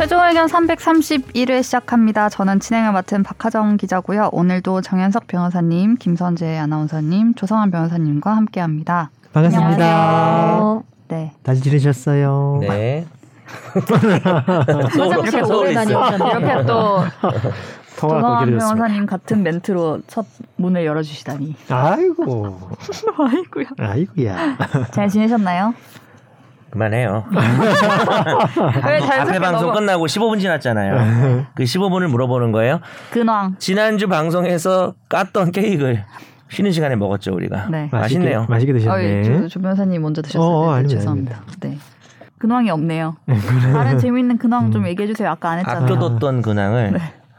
기자회견 331회 시작합니다. 저는 진행을 맡은 박하정 기자고요. 오늘도 정현석 변호사님, 김선재 아나운서님, 조성환 변호사님과 함께합니다. 반갑습니다. 안녕하세요. 네. 잘 지내셨어요? 네. 화장실 오래 다니셨네요. 이렇게 또 통화가 조성환 길어졌습니다. 변호사님 같은 멘트로 첫 문을 열어주시다니. 아이고, 아이고야. 아이고야. 잘 지내셨나요? 그만해요. 왜 앞에 자연스럽게 네, 방송 넘어- 끝나고 15분 지났잖아요. 그 15분을 물어보는 거예요. 근황. 지난주 방송에서 깠던 케이크를 쉬는 시간에 먹었죠 우리가. 네. 맛있네요. 맛있게, 맛있게 어이, 드셨네. 조, 조 변호사님 먼저 드셨어요. 어, 어, 네, 아닙니다, 죄송합니다. 네. 근황이 없네요. 다른 재밌는 근황 좀 얘기해 주세요. 아까 안 했잖아요. 아껴뒀던 근황을 네.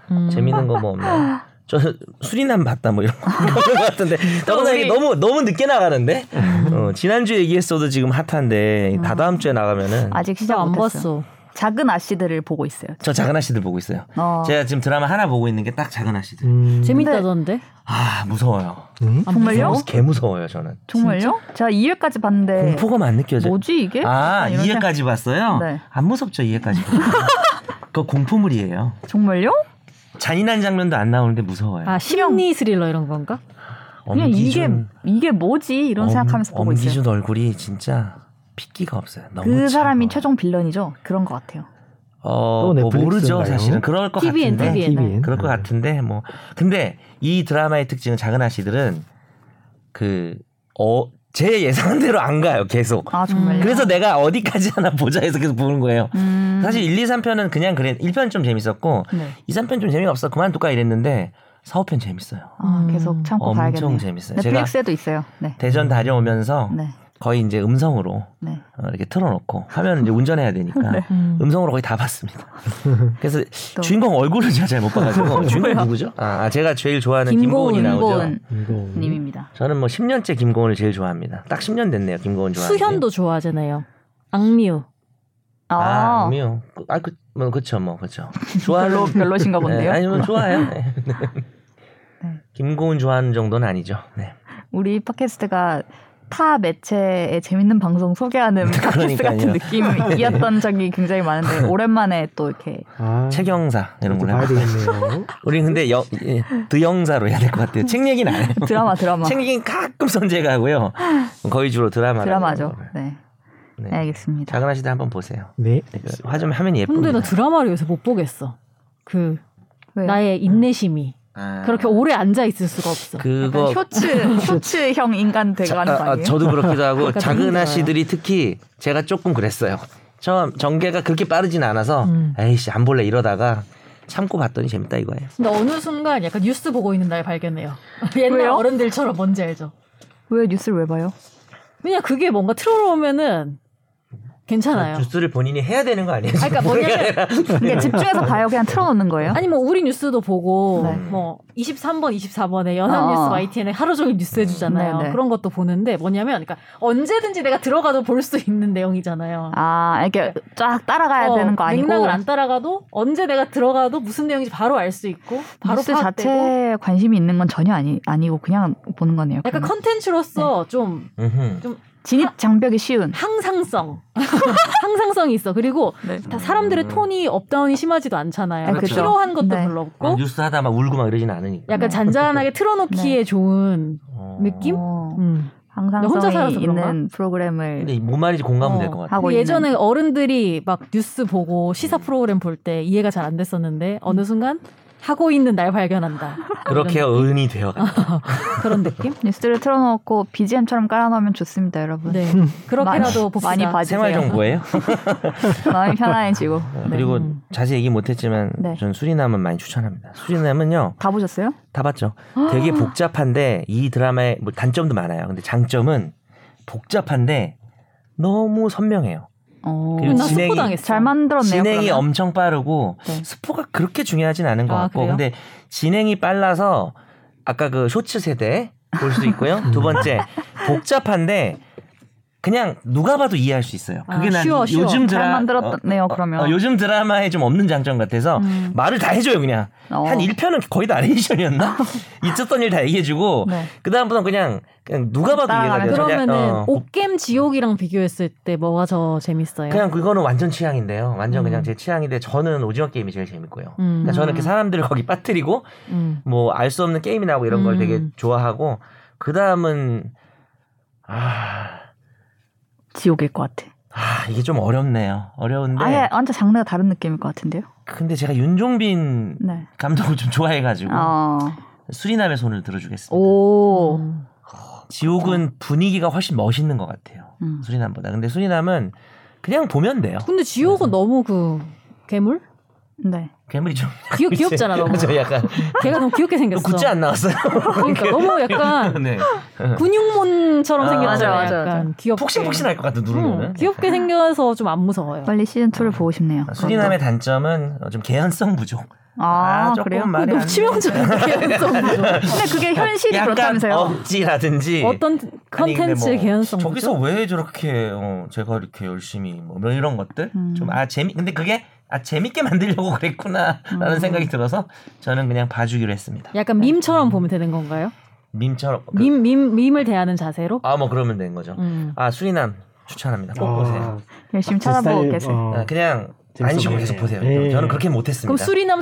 음. 재밌는 거 뭐 없나요? 저 수리남 봤다 뭐 이런 거 같은데 더구나 우리- 이게 너무 너무 늦게 나가는데 어, 지난주 얘기했어도 지금 핫한데 다다음 주에 나가면은 아직 시작 안 봤어. 작은 아씨들을 보고 있어요. 저 작은 아씨들 보고 있어요. 어. 제가 지금 드라마 하나 보고 있는 게 딱 작은 아씨들. 음, 재밌다던데. 아 무서워요. 정말요? 개 무서워요 저는. 정말요? 제가 2회까지 봤는데 공포감 안 느껴져요. 네. 뭐지 이게? 아, 약간 이런 생각- 2회까지 봤어요? 네. 안 무섭죠, 2회까지. 그거 공포물이에요. 정말요? 잔인한 장면도 안 나오는데 무서워요. 아 심리 스릴러 이런 건가? 그냥 이게 이게 뭐지 이런 생각하면서 보고 있어요. 엄기준 얼굴이 진짜 핏기가 없어요. 너무 그 사람이 차가워. 최종 빌런이죠. 그런 것 같아요. 어, 또 뭐 넷플릭스인가요? 네. 모르죠, 사실은. 그럴 것 TVN, 같은데. TVN. TVN. 그럴 것 같은데 뭐. 근데 이 드라마의 특징은 작은 아씨들은 그 어, 제 예상대로 안 가요, 계속. 아 정말요? 그래서 내가 어디까지 하나 보자 해서 계속 보는 거예요. 음, 사실 1, 2, 3편은 그냥 그래. 1편 좀 재밌었고 네. 2, 3편 좀 재미가 없어. 그만둘까 이랬는데 4, 5편 재밌어요. 아, 음. 계속 참고 엄청 봐야겠네요. 재밌어요. 넷플릭스에도 있어요. 네. 대전 다녀오면서 네. 거의 이제 음성으로 네. 어, 이렇게 틀어놓고 하면 이제 운전해야 되니까 음. 음성으로 거의 다 봤습니다. 그래서 또. 주인공 얼굴을 제가 잘 못 봐가지고 주인공 누구죠? 아, 아, 제가 제일 좋아하는 김고은이 김고은, 나오죠. 네. 김고은 이거. 님입니다. 저는 뭐 10년째 김고은을 제일 좋아합니다. 딱 10년 됐네요. 김고은 좋아하는. 수현도 좋아하잖아요. 악뮤. 아, 아, 아니요. 아그뭐 그쵸 뭐 그쵸. 좋아하는 별로신가 본데요. 네, 아니면 좋아요. 네. 네. 김고은 좋아하는 정도는 아니죠. 네. 우리 팟캐스트가 타 매체의 재밌는 방송 소개하는 팟캐스트 같은 느낌이었던 적이 굉장히 많은데 오랜만에 또 이렇게 아, 책영사 이런 이것도 걸로 봐야 해요. 되겠네요. 우리 근데 여, 예, 드영사로 해야 될 것 같아요. 책 얘기는 안 해요. 드라마 드라마 책 얘기는 가끔 선재가 하고요. 거의 주로 드라마. 드라마죠. 네. 네. 알겠습니다. 작은 아시대 한번 보세요. 그 네. 화좀 화면이 근데 나 예쁩니다. 드라마를 요새 못 보겠어. 그 왜요? 나의 인내심이 아, 그렇게 오래 앉아 있을 수가 없어. 그거 쇼츠 쇼츠형 인간 자- 돼가는 거 아, 아, 아니에요? 저도 그렇기도 하고 그러니까 작은 재밌어요. 아씨들이 특히 제가 조금 그랬어요. 처음 전개가 그렇게 빠르진 않아서 음. 에이씨 안 볼래 이러다가 참고 봤더니 재밌다 이거예요. 근데 어느 순간 약간 뉴스 보고 있는 날 발견해요. 옛날 왜요? 어른들처럼 뭔지 알죠? 왜 뉴스를 왜 봐요? 그냥 그게 뭔가 틀어놓으면은 괜찮아요. 뉴스를 본인이 해야 되는 거 아니에요? 아니, 그러니까 뭐냐면 그러니까 집중해서 봐요. 그냥 틀어놓는 거예요? 아니 뭐 우리 뉴스도 보고 네. 뭐 23번, 24번에 연합뉴스 어. YTN에 하루 종일 뉴스 해주잖아요. 네, 네. 그런 것도 보는데 뭐냐면 그러니까 언제든지 내가 들어가도 볼 수 있는 내용이잖아요. 아 이렇게 쫙 따라가야 어, 되는 거 아니고 맥락을 안 따라가도 언제 내가 들어가도 무슨 내용인지 바로 알 수 있고 바로 뉴스 파악되고 자체에 관심이 있는 건 전혀 아니 아니고 그냥 보는 거네요. 약간 그러면. 컨텐츠로서 네. 좀 음흠. 진입 장벽이 쉬운. 항상성 항상성이 있어. 그리고 네. 다 사람들의 톤이 업다운이 심하지도 않잖아요. 그러니까 아, 그렇죠. 필요한 것도 네. 별로 막 없고 아, 뉴스 하다 막 울고 막 이러진 않으니까. 약간 잔잔하게 틀어놓기에 좋은 어. 느낌? 어, 음. 항상성이 혼자 살아서 그런가? 있는 프로그램을 근데 뭔 말인지 공감은 어. 될 것 같아. 하고 근데 있는. 음. 예전에 어른들이 막 뉴스 보고 시사 프로그램 볼 때 이해가 잘 안 됐었는데 어느 순간 하고 있는 날 발견한다. 그렇게 어른이 되어간다. 그런 느낌? 뉴스를 틀어놓고 BGM처럼 깔아놓으면 좋습니다, 여러분. 네. 그렇게라도 봅시다. 많이 봐주세요. 생활 정보예요. 어, 마음이 편안해지고. 네. 그리고 음. 자세히 얘기 못했지만 네. 전 수리남은 많이 추천합니다. 수리남은요 다 보셨어요? 다 봤죠. 되게 복잡한데 이 드라마의 뭐 단점도 많아요. 근데 장점은 복잡한데 너무 선명해요. 어. 그리고 나 예, 진행이- 스포 당했어. 잘 만들었네요. 진행이 그러면. 엄청 빠르고 네. 스포가 그렇게 중요하진 않은 것 아, 같고 그래요? 근데 진행이 빨라서 아까 그 쇼츠 세대 볼 수도 있고요 두 번째 복잡한데 그냥 누가 봐도 이해할 수 있어요. 아, 그게 난 쉬워, 쉬워. 요즘 잘 드라 만들었네요, 어, 그러면. 어, 요즘 드라마에 좀 없는 장점 같아서 음. 말을 다 해줘요 그냥 어. 한 1편은 거의 다 나레이션이었나? 있었던 일 다 얘기해주고 네. 그 다음부터는 그냥 그냥 누가 봐도 이해가 돼요. 따라가면서. 저기- 그러면은 어, 옥겜 지옥이랑 비교했을 때 뭐가 더 재밌어요? 그냥 그거는 완전 취향인데요. 완전 음. 그냥 제 취향인데 저는 오징어 게임이 제일 재밌고요. 음. 그러니까 저는 이렇게 사람들을 거기 빠뜨리고 음. 뭐 알 수 없는 게임이 나오고 이런 걸 음. 되게 좋아하고 그 다음은 아, 지옥일 것 같아. 아, 이게 좀 어렵네요. 어려운데 아예 완전 장르가 다른 느낌일 것 같은데요? 근데 제가 윤종빈 네. 감독을 좀 좋아해가지고 어. 수리남의 손을 들어주겠습니다. 오. 음. 지옥은 분위기가 훨씬 멋있는 것 같아요. 음. 수리남보다. 근데 수리남은 그냥 보면 돼요. 근데 지옥은 너무 그 괴물? 네. 괴물이 좀 귀, 귀엽잖아 너무. 저 약간 걔가 너무 귀엽게 생겼어. 굿즈 안 나왔어요. 그러니까 너무 약간 네. 근육몬처럼 아, 생겼잖아. 맞아, 맞아, 약간 맞아. 귀엽게. 폭신폭신할 것 같은 음, 누르면은. 귀엽게 생겨서 좀 안 무서워요. 빨리 시즌 2를 보고 싶네요. 아, 수리남의 단점은 어, 좀 개연성 부족. 그것도. 아, 아, 조금 그래요? 말이 너무 안 치명적이야. 근데 그게 현실이 약간 어, 그렇다면서요? 억지라든지. 어떤 아니, 근데 컨텐츠의 뭐 개연성. 저기서 왜 저렇게 어, 제가 이렇게 열심히 뭐 이런 것들 음. 좀 아 재미 근데 그게 아 재밌게 만들려고 그랬구나라는 음. 생각이 들어서 저는 그냥 봐주기로 했습니다. 약간 밈처럼 보면 되는 건가요? 밈처럼 그- 밈, 밈, 밈을 대하는 자세로? 아, 뭐 그러면 된 거죠. 음. 아, 아, 수리남 추천합니다. 꼭 아, 보세요. 열심히 찾아보고 계세요. 어, 아, 그냥 재밌어 안 쉬고 보이네. 계속 보세요. 예. 저는 그렇게 어. 그럼 못했습니다. 수리남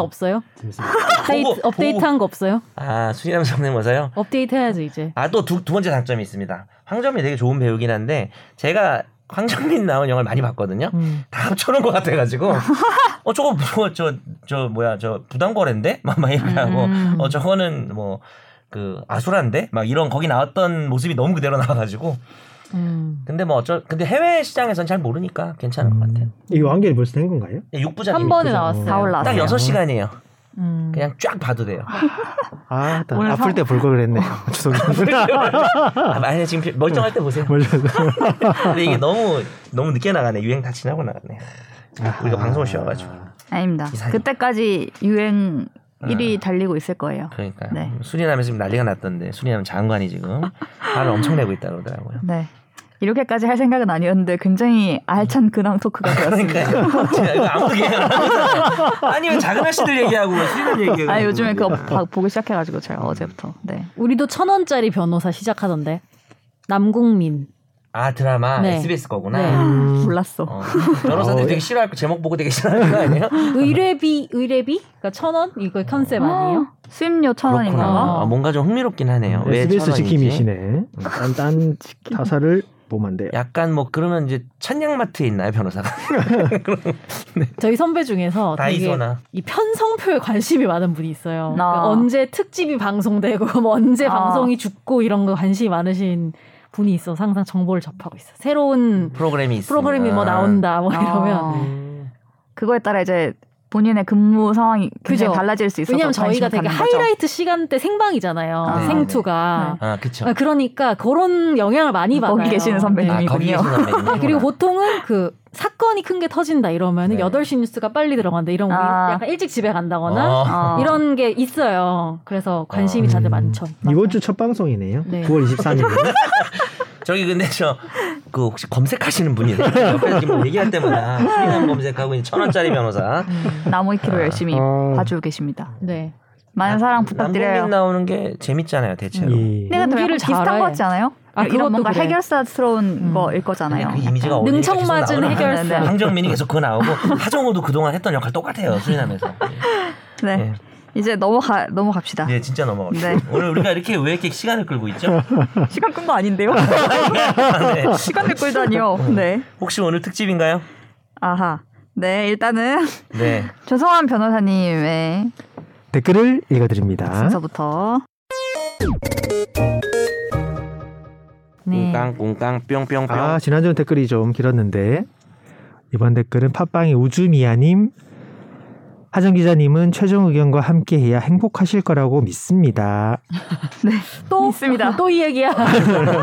바빠가지고. 아, 없어요? 보고, 업데이트, 보고. 업데이트한 거 없어요? 아, 수리남 성대모사요? 업데이트 해야죠 이제. 아, 또 두, 두 번째 장점이 있습니다. 황정민 되게 좋은 배우긴 한데, 제가 황정민 나온 영화를 많이 봤거든요. 음. 다 합쳐놓은 것 같아가지고, 어, 저거, 뭐, 저, 저, 뭐야, 저, 부당거래인데? 막, 막 이렇게 하고, 음. 어, 저거는 뭐, 그, 아수라인데? 막 이런, 거기 나왔던 모습이 너무 그대로 나와가지고, 음. 근데 뭐 어쩔, 근데 해외 시장에서는 잘 모르니까 괜찮은 것 같아요. 음, 이거 완결이 벌써 된 건가요? 육부작입 한 니 번에 그죠. 나왔어요. 다 올라왔어요. 딱 여섯 시간이에요 음. 그냥 쫙 봐도 돼요. 아, 나 오늘 아플 사- 때 볼 걸 그랬네요. 죄송합니다. 아, 아니 지금 멀쩡할 때 보세요. 몰라서. 근데 이게 너무 너무 늦게 나가네. 유행 다 지나고 나가네. 우리가 아. 방송을 쉬어가지고. 아닙니다. 이상해. 그때까지 유행 1위 달리고 있을 거예요. 그러니까 네. 수리남에서 지금 난리가 났던데 수리남 장관이 지금 화를 엄청 내고 있다 그러더라고요. 네. 이렇게까지 할 생각은 아니었는데 굉장히 알찬 근황 토크가 되었습니다. 네. 그러니까 진짜 이거 아무도 이해 안 하고 아니 왜 작은 아씨들 얘기하고 수리남 얘기하고. 아 요즘에 그거 봐- 보기 시작해가지고 제가 어제부터. 네. 우리도 천 원짜리 변호사 시작하던데. 남궁민. 아 드라마 네. SBS 거구나. 네. 음, 몰랐어. 어, 변호사들이 어, 되게 예. 싫어할 거 제목 보고 되게 싫어하는 거 아니에요? 의뢰비 의뢰비? 그러니까 천 원? 이거 컨셉 아니에요? 어, 수입료 천 원인가? 봐. 아, 뭔가 좀 흥미롭긴 하네요. 왜 SBS 천원이지? 음, 지킴이시네. 딴딴 타사를 보면 안 돼요. 약간 뭐 그러면 이제 천냥마트에 있나요 변호사가? 저희 선배 중에서 되게 다이소나 이 편성표에 관심이 많은 분이 있어요. 나. 그러니까 언제 특집이 방송되고 뭐 언제 아. 방송이 죽고 이런 거 관심이 많으신 분이 있어. 서 항상 정보를 접하고 있어. 새로운 프로그램이 있어. 프로그램이 아. 뭐 나온다 뭐 이러면 어. 그거에 따라 이제 본인의 근무 상황이 굉장히 그죠. 달라질 수 있어서 왜냐면 저희가 관심이 되게 가는 거죠. 하이라이트 시간대 생방이잖아요. 아. 생투가. 아 그쵸. 아, 그러니까 그런 영향을 많이 거기 받아요. 계시는 네. 선배님이 아 거기 계신 선배님. 그리고 보통은 그 사건이 큰 게 터진다 이러면 네. 은 8시 뉴스가 빨리 들어간다 이런 거 아. 약간 일찍 집에 간다거나 아. 어. 이런 게 있어요. 그래서 관심이 아. 음. 다들 많죠. 이번 주 첫 방송이네요. 네. 9월 23일. 저기 근데 저 그 혹시 검색하시는 분이에요? 옆에 지금 얘기할 때마다 수리남 검색하고 있는 천 원짜리 변호사. 나무위키로 열심히 아. 봐주고 계십니다. 네. 많은 사랑 부탁드려요. 남북민 나오는 게 재밌잖아요 대체로. 이- 근데 또 약간 연기를 비슷한 잘해. 거 같지 않아요? 아, 이런 그것도 뭔가 그래. 해결사스러운 음. 거일 근데 거잖아요. 그 이미지가 약간. 어디에 능청 계속 맞은 나오나? 네. 해결사. 황정민이 계속 그거 나오고 하정우도 그동안 했던 역할 똑같아요 수리남에서. 네. 예. 이제 넘어가 넘어갑시다. 예, 진짜 넘어갑시다. 네. 오늘 우리가 이렇게 왜 이렇게 시간을 끌고 있죠? 시간 끈 거 아닌데요? 네. 시간을 끌다니요. 어. 네. 혹시 오늘 특집인가요? 아하. 네, 일단은 네. 조성환 변호사님의 댓글을 아, 읽어드립니다. 순서부터 네. 그러니까 꽁깡 뿅뿅뿅. 아 지난주는 댓글이 좀 길었는데 이번 댓글은 팟빵의 우주미아님 하정 기자님은 최종 의견과 함께해야 행복하실 거라고 믿습니다. 네. 또 있습니다. 또 이 얘기야. 저번에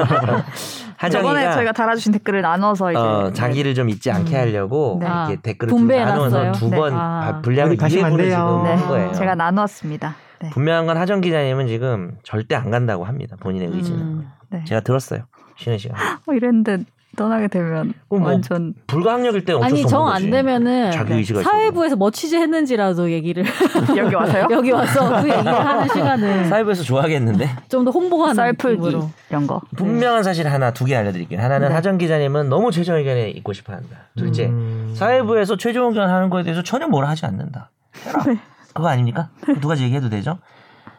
하정이가 음. 저희가 달아주신 댓글을 나눠서 이제 어, 자기를 좀 잊지 않게 하려고 네. 이렇게 아, 댓글을 좀 분배해놨어요? 나눠서 두 네. 번 아. 분량을 우리 가시면 안 2회분을 지금 돼요. 네, 한 거예요. 어. 제가 나누었습니다. 네. 분명한 건 하정 기자님은 지금 절대 안 간다고 합니다. 본인의 의지는. 음. 네. 제가 들었어요. 쉬는 시간. 어, 이랬는데 떠나게 되면 그럼 뭐 완전 불가항력일 때 어쩔 수 아니 없는 정 거지. 안 되면은 자기 의지가 있어서. 사회부에서 뭐 취재했는지라도 얘기를 여기 와서요? 여기 와서 그 얘기를 하는 시간을 사회부에서 좋아하겠는데 좀 더 홍보하는 썰풀기 느낌으로. 이런 거. 분명한 사실 하나 두 개 알려드릴게요. 하나는 네. 하정 기자님은 너무 최종 의견에 있고 싶어한다. 둘째 음. 사회부에서 최종 의견 하는 거에 대해서 전혀 뭐라 하지 않는다. 해라. 네. 그거 아닙니까? 누가 얘기해도 되죠?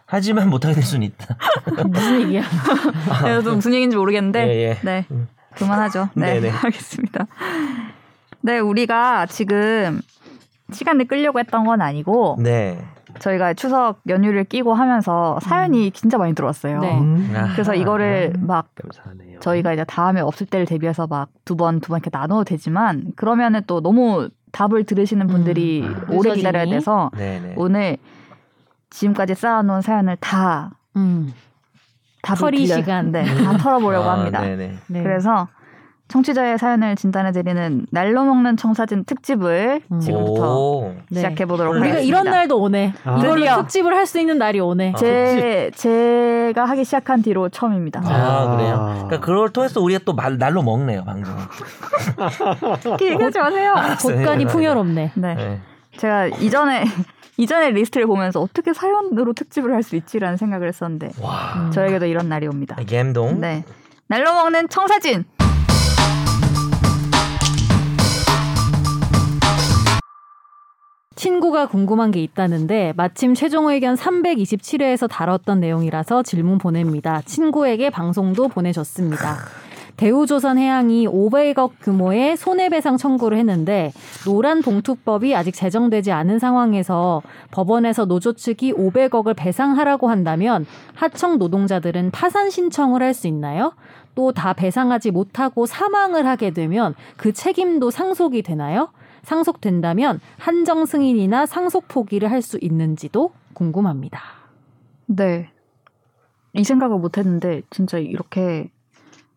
하지만 못하게 될 수는 있다. 무슨 얘기야? 그래서 무슨 얘기인지 모르겠는데 아. 예, 예. 네 음. 그만하죠. 네, 네네. 알겠습니다. 네 우리가 지금 시간을 끌려고 했던 건 아니고 네. 저희가 추석 연휴를 끼고 하면서 사연이 진짜 많이 들어왔어요. 네. 음. 아, 그래서 이거를 막 음. 감사하네요. 저희가 이제 다음에 없을 때를 대비해서 막 두 번 두 번 이렇게 나눠도 되지만 그러면은 또 너무 답을 들으시는 분들이 음. 오래 늦어지니? 기다려야 돼서 네네. 오늘 지금까지 쌓아놓은 사연을 다 음. 답을 털이 빌려- 시간. 음. 네, 다 털어보려고 아, 합니다. 네네. 네. 그래서 청취자의 사연을 진단해드리는 날로 먹는 청사진 특집을 음. 지금부터 오. 네. 시작해보도록 우리가 하겠습니다. 이런 날도 오네. 아. 이걸로 드디어. 특집을 할 수 있는 날이 오네. 아. 제, 제가 하기 시작한 뒤로 처음입니다. 아, 그래요. 그러니까 그걸 통해서 우리가 또 말, 날로 먹네요 방금. 이렇게 얘기하지 마세요. 곳간이 풍요롭네. 네. 아. 네. 제가 이전에, 이전에 리스트를 보면서 어떻게 사연으로 특집을 할 수 있지라는 생각을 했었는데 음. 와. 저에게도 이런 날이 옵니다. 아, 갬동. 네. 날로 먹는 청사진! 친구가 궁금한 게 있다는데 마침 최종 의견 327회에서 다뤘던 내용이라서 질문 보냅니다. 친구에게 방송도 보내줬습니다. 대우조선 해양이 500억 규모의 손해배상 청구를 했는데 노란 봉투법이 아직 제정되지 않은 상황에서 법원에서 노조 측이 500억을 배상하라고 한다면 하청 노동자들은 파산 신청을 할 수 있나요? 또 다 배상하지 못하고 사망을 하게 되면 그 책임도 상속이 되나요? 상속된다면 한정 승인이나 상속 포기를 할 수 있는지도 궁금합니다. 네. 이 생각을 못 했는데, 진짜 이렇게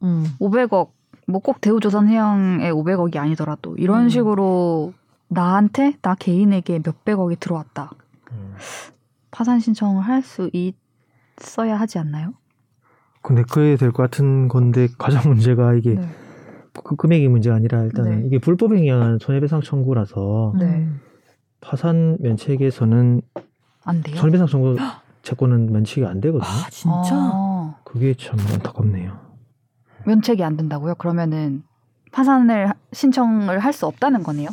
음. 500억 뭐 꼭 대우조선해양의 500억이 아니더라도 이런 음. 식으로 나한테 나 개인에게 몇백억이 들어왔다 음. 파산 신청을 할 수 있어야 하지 않나요? 근데 그래야 될 것 같은 건데 가장 문제가 이게 네. 그 금액이 문제가 아니라 일단 네. 은 이게 불법 행위한 손해배상 청구라서 네. 음. 파산 면책에서는 안 돼요? 손해배상 청구 채권은 면책이 안 되거든요. 아 진짜? 아, 그게 참 안타깝네요. 면책이 안 된다고요? 그러면은 파산을 하- 신청을 할 수 없다는 거네요?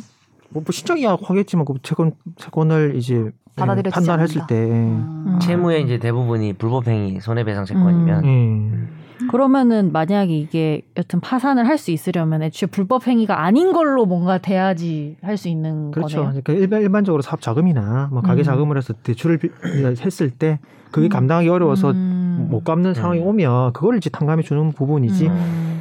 뭐, 뭐 신청이 하겠지만 그 채권 채권을 이제 예, 받아들여지지 판단했을 않는다. 때 예. 음. 채무의 이제 대부분이 불법행위 손해배상 채권이면 예. 예. 음. 그러면은 만약에 이게 여튼 파산을 할 수 있으려면 애초에 불법 행위가 아닌 걸로 뭔가 돼야지 할 수 예. 있는 그렇죠. 거네요. 그러니까 일반 일반적으로 사업 자금이나 뭐 가게 음. 자금을 해서 대출을 비- 했을 때 그게 음. 감당하기 어려워서 음. 못 갚는 상황이 음. 오면 그거를 이제 탕감해 주는 부분이지 음.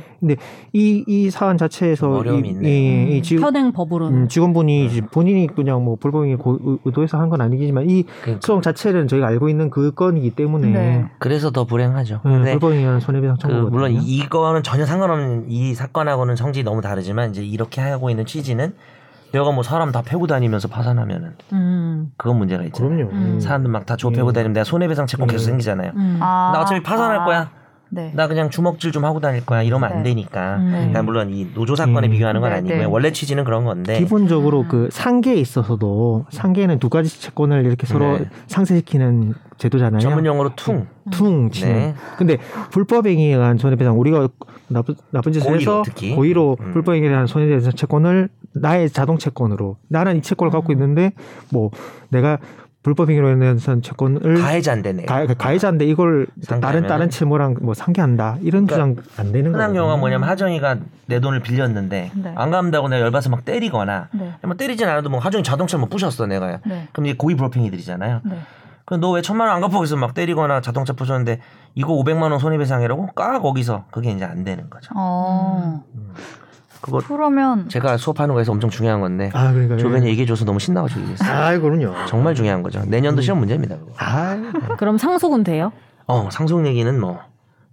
이, 이 사안 자체에서 좀 어려움이 이, 있네요. 네. 이- 음. 이 지, 현행 법으로는 음, 직원분이 이제 본인이 그냥 뭐 불법행위 고- 의- 의도해서 한 건 아니지만 이 그러니까 소송 자체는 저희가 알고 있는 그 건이기 때문에 네. 그래서 더 불행하죠. 음, 근데 불법행위하는 손해배상 네. 그 청구거든요. 물론 이거는 전혀 상관없는 이 사건하고는 성질이 너무 다르지만 이제 이렇게 하고 있는 취지는 내가 뭐 사람 다 패고 다니면서 파산하면은 음. 그건 문제가 있잖아요. 그럼요. 음. 사람들 막 다 조패고 음. 다니면 내가 손해배상 채권 음. 계속 생기잖아요. 음. 아, 나 어차피 파산할 아, 거야. 네. 나 그냥 주먹질 좀 하고 다닐 거야. 이러면 안 네. 되니까. 음. 네. 그러니까 물론 이 노조 사건에 음. 비교하는 건 네, 아니고요. 네. 원래 취지는 그런 건데. 기본적으로 아. 그 상계에 있어서도 상계는 두 가지 채권을 이렇게 서로 네. 상쇄시키는 제도잖아요. 전문 용어로 퉁. 퉁 치는. 네. 근데 불법행위에 대한 손해배상 우리가 나쁜 나쁜 짓을 고의로 해서 특히. 고의로 음. 불법행위에 대한 손해배상 채권을 나의 자동 채권으로 나는 이 채권을 갖고 있는데 뭐 내가 불법행위로 인해서 채권을 가해자인데네. 가, 가해자인데 이걸 다른 상대하면은. 다른 채무랑 뭐 상계한다 이런 그러니까 주장 안 되는 거예요. 흔한 경우가 뭐냐면 하정이가 내 돈을 빌렸는데 음. 네. 안 갚는다고 내가 열받아서 막 때리거나 네. 뭐 때리진 않아도 뭐 하정이 자동차를 뭐 부셨어 내가 네. 그럼 이게 고의 불법행위들이잖아요 네. 그럼 너 왜 천만 원 안 갚아 그래서 막 때리거나 자동차 부셨는데 이거 500만 원 손해배상이라고 까 거기서 그게 이제 안 되는 거죠 어. 그거 그러면 제가 수업하는 거에서 엄청 중요한 건데 아 네. 그러니까 조변이 얘기해줘서 너무 신나가지고 얘기했어요 아 그럼요. 정말 중요한 거죠 음. 내년도 시험 문제입니다 그거. 아 그럼 상속은 돼요? 어 상속 얘기는 뭐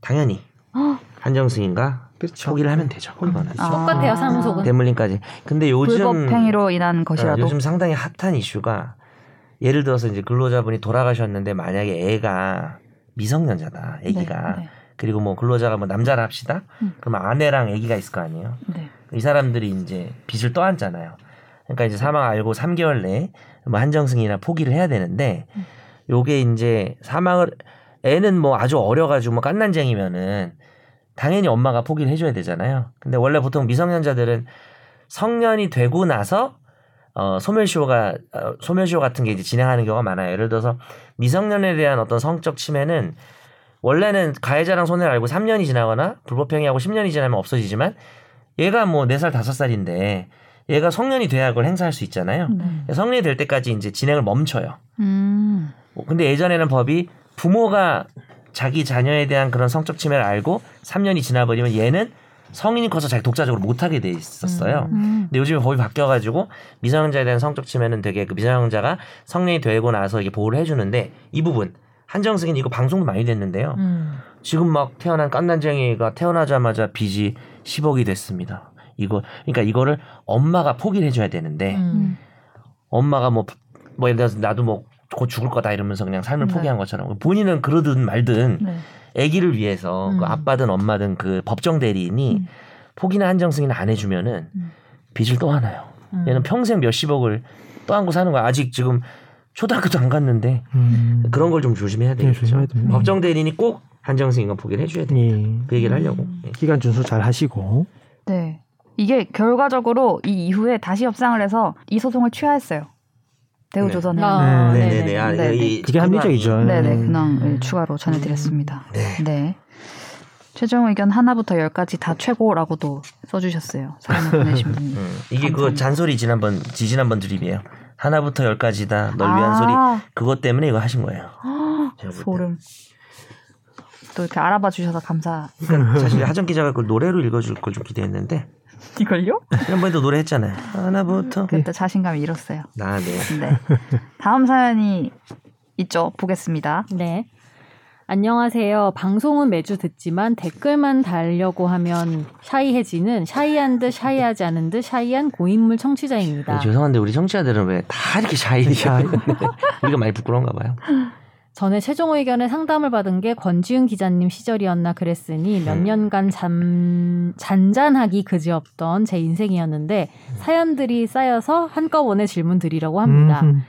당연히 헉. 한정승인가 그렇죠. 포기를 하면 되죠 그거는 어. 아. 똑같아요 상속은. 대물림까지 근데 네. 요즘 불법행위로 인한 어, 것이라도 요즘 상당히 핫한 이슈가 예를 들어서 이제 근로자분이 돌아가셨는데 만약에 애가 미성년자다, 네, 애기가 네. 그리고 뭐 근로자가 뭐 남자라 합시다. 음. 그럼 아내랑 아기가 있을 거 아니에요. 네. 이 사람들이 이제 빚을 떠안잖아요. 그러니까 이제 사망 알고 3개월 내에 뭐 한정승이나 포기를 해야 되는데 음. 요게 이제 사망을 애는 뭐 아주 어려가지고 뭐 깐난쟁이면은 당연히 엄마가 포기를 해줘야 되잖아요. 근데 원래 보통 미성년자들은 성년이 되고 나서 어, 소멸시효가 어, 소멸시효 같은 게 이제 진행하는 경우가 많아요. 예를 들어서 미성년에 대한 어떤 성적 침해는 원래는 가해자랑 손해를 알고 3년이 지나거나 불법행위하고 10년이 지나면 없어지지만 얘가 뭐 4살, 5살인데 얘가 성년이 돼야 그걸 행사할 수 있잖아요. 네. 성년이 될 때까지 이제 진행을 멈춰요. 음. 뭐 근데 예전에는 법이 부모가 자기 자녀에 대한 그런 성적 침해를 알고 3년이 지나버리면 얘는 성인이 커서 자기 독자적으로 못하게 돼 있었어요. 음. 근데 요즘에 법이 바뀌어가지고 미성년자에 대한 성적 침해는 되게 그 미성년자가 성인이 되고 나서 이게 보호를 해주는데 이 부분 한정승인 이거 방송도 많이 됐는데요. 음. 지금 막 태어난 깐난쟁이가 태어나자마자 빚이 10억이 됐습니다. 이거 그러니까 이거를 엄마가 포기를 해줘야 네. 되는데 음. 엄마가 뭐, 뭐 예를 들어서 나도 뭐 곧 죽을 거다 이러면서 그냥 삶을 네. 포기한 것처럼 본인은 그러든 말든 네. 아기를 위해서 그 음. 아빠든 엄마든 그 법정 대리인이 음. 포기나 한정승이나 안 해주면은 음. 빚을 떠안아요. 음. 얘는 평생 몇십억을 떠안고 사는 거야. 아직 지금 초등학교도 안 갔는데 음. 그런 걸 좀 조심해야 네, 되겠죠. 조심해야 됩니다. 법정 대리인이 꼭 한정승인가 포기를 해줘야 돼. 예. 그 음. 얘기를 하려고. 예. 기간 준수 잘 하시고 네. 이게 결과적으로 이 이후에 다시 협상을 해서 이 소송을 취하했어요. 네. 대우조선은. 아. 네, 네네네. 네, 아, 네, 이 그게 합리적이죠. 네, 네. 음. 근황을 추가로 전해드렸습니다. 네. 최종 의견 하나부터 열까지 다 최고라고도 써주셨어요. 사연을 보내신 분이. 음, 이게 그 감사합니다. 잔소리 지난번 지지난번 드립이에요. 하나부터 열까지다 널 위한 소리 그것 때문에 이거 하신 거예요. 아, 제가 볼 때. 소름. 또 이렇게 알아봐 주셔서 감사. 그러니까 사실 하정 기자가 그걸 노래로 읽어줄 걸 좀 기대했는데 이걸요? 지난번에도 노래 했잖아요. 하나부터 그때 자신감 잃었어요. 나네. 네. 다음 사연이 있죠. 보겠습니다. 네. 안녕하세요. 방송은 매주 듣지만 댓글만 달려고 하면 샤이해지는 샤이한 듯 샤이하지 않은 듯 샤이한 고인물 네, 청취자입니다. 죄송한데 우리 청취자들은 왜 다 이렇게 샤이냐? 우리가 많이 부끄러운가 봐요. 전에 최종 의견에 상담을 받은 게 권지윤 기자님 시절이었나 그랬으니 몇 음. 년간 잠, 잔잔하기 그지없던 제 인생이었는데 사연들이 쌓여서 한꺼번에 질문 드리려고 합니다. 음.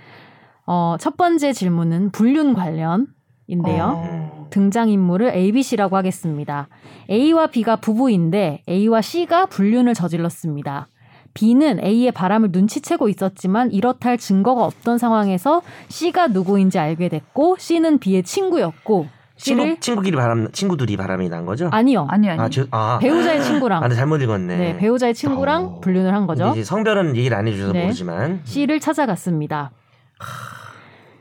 어, 첫 번째 질문은 불륜 관련인데요. 어. 등장인물을 ABC라고 하겠습니다. A와 B가 부부인데 A와 C가 불륜을 저질렀습니다. B는 A의 바람을 눈치채고 있었지만 이렇다 할 증거가 없던 상황에서 C가 누구인지 알게 됐고 C는 B의 친구였고 친구 C를 친구끼리 바람 친구들이 바람이 난 거죠? 아니요. 아니요, 아니요. 아, 죄- 아, 배우자의 아, 친구랑 근데 잘못 읽었네. 네, 배우자의 친구랑 어. 불륜을 한 근데 거죠. 이제 성별은 얘기를 안 해주셔서 네. 모르지만 C를 찾아갔습니다.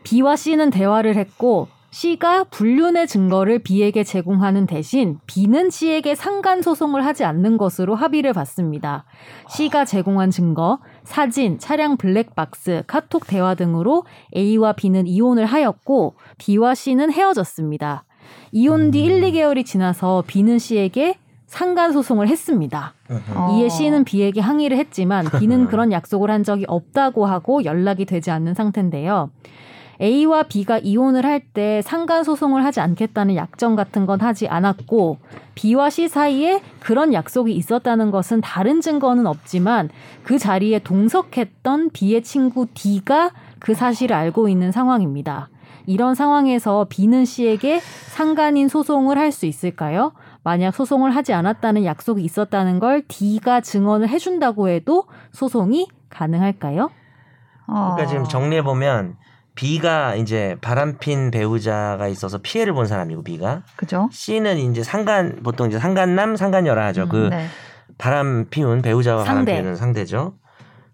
B와 C는 대화를 했고 C가 불륜의 증거를 B에게 제공하는 대신 B는 C에게 상간 소송을 하지 않는 것으로 합의를 봤습니다. C가 제공한 증거, 사진, 차량 블랙박스, 카톡 대화 등으로 A와 B는 이혼을 하였고 B와 C는 헤어졌습니다. 이혼 뒤 1, 2개월이 지나서 B는 C에게 상간 소송을 했습니다. 음. 어. 어. 이에 C는 B에게 항의를 했지만 B는 그런 약속을 한 적이 없다고 하고 연락이 되지 않는 상태인데요. A와 B가 이혼을 할 때 상간 소송을 하지 않겠다는 약정 같은 건 하지 않았고 B와 C 사이에 그런 약속이 있었다는 것은 다른 증거는 없지만 그 자리에 동석했던 B의 친구 D가 그 사실을 알고 있는 상황입니다. 이런 상황에서 B는 C에게 상간인 소송을 할 수 있을까요? 만약 소송을 하지 않았다는 약속이 있었다는 걸 D가 증언을 해준다고 해도 소송이 가능할까요? 그러니까 지금 정리해 보면 B가 이제 바람핀 배우자가 있어서 피해를 본 사람이고 B가 그죠? C는 이제 상간 보통 이제 상간남 상간녀라 하죠. 음, 그 네. 바람 피운 배우자와 상대. 바람 피우는 상대죠.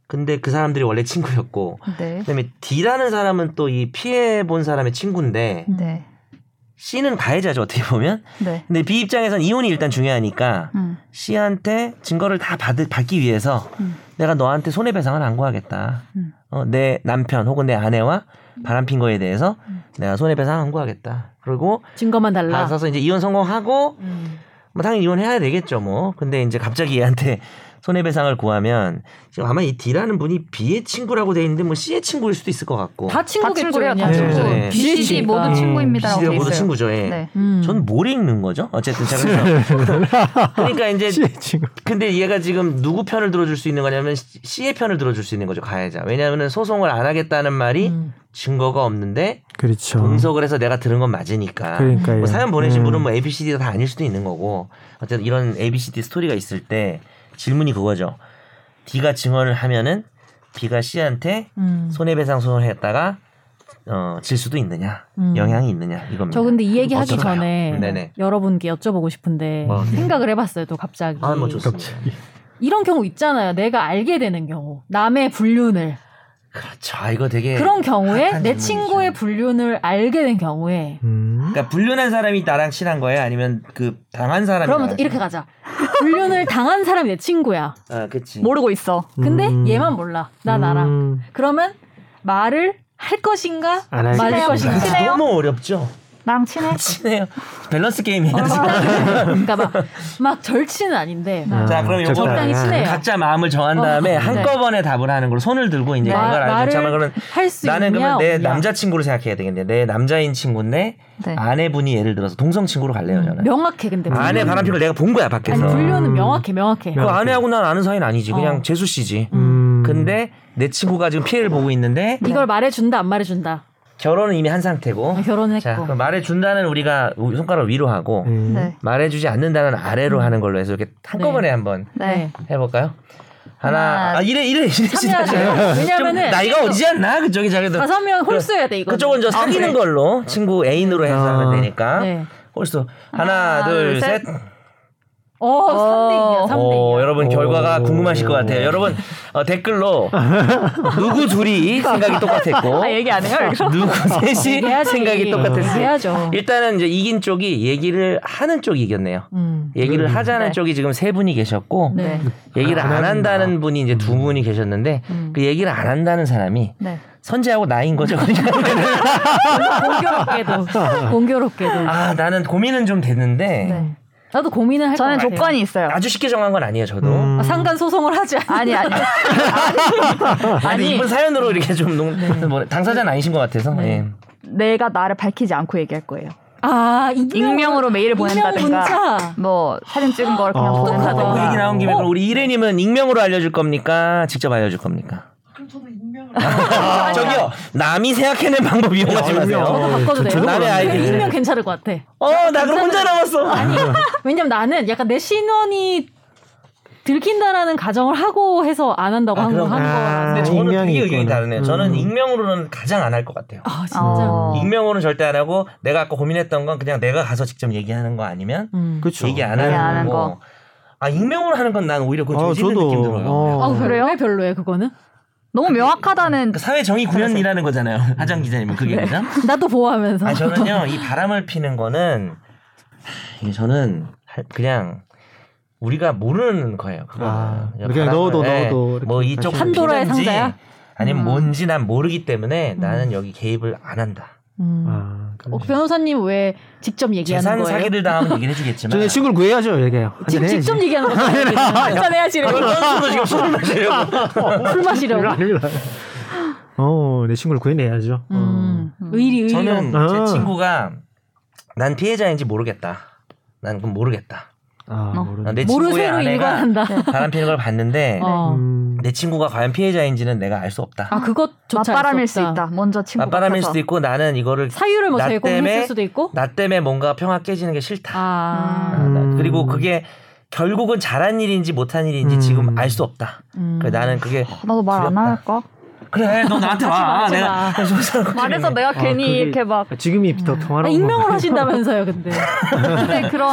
근데 그 사람들이 원래 친구였고 네. 그다음에 D라는 사람은 또 이 피해 본 사람의 친구인데 네. C는 가해자죠 어떻게 보면. 네. 근데 B 입장에선 이혼이 일단 중요하니까 음. C한테 증거를 다 받을, 받기 위해서 음. 내가 너한테 손해배상을 안 구하겠다. 음. 어, 내 남편 혹은 내 아내와 바람핀 거에 대해서 음. 내가 손해배상 안 구하겠다. 그리고 증거만 달라. 받아서 이제 이혼 성공하고 음. 뭐 당연히 이혼해야 되겠죠 뭐. 근데 이제 갑자기 얘한테 손해배상을 구하면 지금 아마 이 D라는 분이 B의 친구라고 돼 있는데 뭐 C의 친구일 수도 있을 것 같고 다 친구겠죠. 친구래요, 다 그냥. 친구죠. 네. 네. BCD 모두 음, 친구입니다라고 B씨랑 돼 모두 있어요. 친구죠. 예. 네. 음. 전 뭘 읽는 거죠? 어쨌든 제가 그래서 그러니까 이제 씨의 친구. 근데 얘가 지금 누구 편을 들어줄 수 있는 거냐면 C의 편을 들어줄 수 있는 거죠 가해자. 왜냐하면 소송을 안 하겠다는 말이 음. 증거가 없는데 그렇죠. 분석을 해서 내가 들은 건 맞으니까. 그러니까요. 예. 뭐 사연 보내신 음. 분은 뭐 ABCD가 다 아닐 수도 있는 거고 어쨌든 이런 ABCD 스토리가 있을 때 질문이 그거죠. D가 증언을 하면은 B가 C한테 음. 손해배상 소송을 했다가 어, 질 수도 있느냐, 음. 영향이 있느냐 이겁니다. 저 근데 이 얘기 하기 어떨까요? 전에 네네. 여러분께 여쭤보고 싶은데 뭐. 생각을 해봤어요. 또 갑자기 아, 뭐 좋습니다. 이런 경우 있잖아요. 내가 알게 되는 경우 남의 불륜을 그렇죠. 아, 이거 되게 그런 경우에 핫한 내 질문이죠. 친구의 불륜을 알게 된 경우에 음. 그러니까 불륜한 사람이 나랑 친한 거예요? 아니면 그 당한 사람이 그러면 나랑 이렇게 가자. 불륜을 당한 사람이 내 친구야. 친한 거예요? 아, 그치. 모르고 있어. 근데 음. 얘만 몰라. 난 알아. 음. 그러면 말을 할 것인가 안 맞을 알겠습니다. 것인가. 친해요? 너무 어렵죠. 나랑 친해? 친해요. 밸런스 게임이에요. 어. 그러니까 막, 막 절친은 아닌데 아, 자, 그럼 요거는 적당히. 적당히 친해요. 각자 마음을 정한 네. 어, 다음에 네. 한꺼번에 답을 하는 걸로 손을 들고 이제 마- 이걸 음. 알면 말을 잠깐 그러면 할 수 있냐 나는 그러면 내 없냐. 남자친구를 생각해야 되겠네. 내 남자인 친구인데 네. 아내분이 예를 들어서 동성친구로 갈래요, 저는. 음. 명확해 근데 불륜. 아내 바람피고 내가 본 거야, 아니 밖에서. 불륜은 명확해 명확해. 그 아내하고 난 아는 사이는 아니지. 그냥 어. 재수 씨지. 음. 근데 내 친구가 지금 피해를 보고 있는데 이걸 말해준다 안 말해준다. 결혼은 이미 한 상태고 아, 결혼했고. 자, 그럼 말해준다는 우리가 우- 손가락 위로 하고 음. 네. 말해주지 않는다는 음. 아래로 하는 걸로 해서 이렇게 한꺼번에 한번 네. 해볼까요? 하나, 하나, 아, 이래 이래 이래 참여하세요. 왜냐면은 나이가 어지지 않나 그쪽이 자기도 다섯 명 홀수해야 돼 이거. 그쪽은 저 사귀는 걸로 친구 애인으로 해서 아. 하면 되니까 아, 네. 홀수 하나 하나, 둘, 둘셋 어, 3대2야, 3대2. 오, 어, 여러분 결과가 오. 네. 궁금하실 것 같아요. 여러분 어, 댓글로 누구 둘이 생각이 똑같았고 아, 얘기 안 해요? 여기서? 누구 셋이 해야지. 생각이 똑같았어요. 해야죠. 일단은 이제 이긴 쪽이 얘기를 하는 쪽이 이겼네요. 음. 얘기를 음. 하자는 네. 쪽이 지금 세 분이 계셨고 네. 네. 얘기를 안 안 한다. 한다는 분이 이제 두 분이 계셨는데 음. 그 얘기를 안 한다는 사람이 네. 선재하고 나인 거죠. 음. 그러니까 공교롭게도. 공교롭게도. 아 나는 고민은 좀 됐는데 네. 나도 고민을 할 저는 것 같아요. 조건이 있어요. 아주 쉽게 정한 건 아니에요. 저도. 음. 아, 상간 소송을 하지 않 아니 아니. 아, 근데 아니. 이분 사연으로 이렇게 좀 농, 네. 뭐, 당사자는 아니신 것 같아서. 예. 내가 나를 밝히지 않고 얘기할 거예요. 아, 익명, 익명으로 메일을 보낸다든가 문자. 뭐 사진 찍은 걸 그냥 아, 그 똑똑하다. 보낸다든가 얘기 나온 김에 그럼 우리 이래님은 익명으로 알려줄 겁니까? 직접 알려줄 겁니까? 그럼 저는 익명으로. 저기요, 남이 생각해낸 방법 이용하지 마세요. 아니요. 바꿔도 돼요? 네, 저도 남의 어, 아이디. 익명 괜찮을 것 같아. 어, 나 그럼 혼자 남았어. 아니, 왜냐면 나는 약간 내 신원이 들킨다라는 가정을 하고 해서 안 한다고 아, 한, 거, 그럼- 한 아. 거라서. 근데 저는 되게 익명이 의견이 있구나. 다르네요. 저는 음. 익명으로는 가장 안 할 것 같아요. 아, 진짜. 어. 익명으로는 절대 안 하고 내가 아까 고민했던 건 그냥 내가 가서 직접 얘기하는 거 아니면 음. 그렇죠. 얘기 안 얘기 안 하는 하는 거고. 거. 아 익명으로 하는 건 난 오히려 그거 아, 좀 찢는 저도. 느낌 들어요. 어. 아, 그래요? 왜 별로예요, 그거는? 너무 명확하다는 그러니까 사회 정의 구현이라는 거잖아요. 하정 기자님은 그게 네. 그죠? 나도 보호하면서. 아 저는요 이 바람을 피는 거는 이게 저는 할- 그냥 우리가 모르는 거예요. 그거 아, 그냥 넣어도 넣어도 이렇게 뭐 이쪽 다시. 판도라의 음. 피는지 상자야? 아니면 뭔지 난 모르기 때문에 음. 나는 여기 개입을 안 한다. 음. 아, 어, 변호사님 왜 직접 얘기하는 재산 거예요? 사기를 당하면 얘기를 해주겠지만 저는 친구를 구해야죠, 얘기해요. 지금 그 직접 얘기하는 거죠. 네, 아, 한잔해야지 아, 네. 저도 지금 술을 마시려고 술 마시려고. 아닙니다. 어, 내 친구를 구해내야죠. 어. 음, 음. 의리 의리. 저는 아. 제 친구가 난 피해자인지 모르겠다. 난 그럼 모르겠다. 아, 어. 모르네. 내 친구의 모르쇠로 아내가 네. 일관한다. 바람 피는 걸 봤는데 어. 음. 내 친구가 과연 피해자인지는 내가 알 수 없다. 아 그것조차 맞바람일 수 없다. 있다. 먼저 친구 맞바람일 같아서. 수도 있고 나는 이거를 사유를 뭐 나 때문에 제공했을 수도 있고. 나 때문에 뭔가 평화 깨지는 게 싫다. 아, 아. 나- 음. 그리고 그게 결국은 잘한 일인지 못한 일인지 음. 지금 알 수 없다. 음. 그래, 나는 그게 아, 나도 말 안 두렵다. 할까? 그래 너 나한테 와. 하지 마, 내가 하지 말해서 내가 아, 괜히 그게- 이렇게 막 아, 지금이 더 아, 평화로운 익명을 건가요? 하신다면서요, 근데. 근데 그런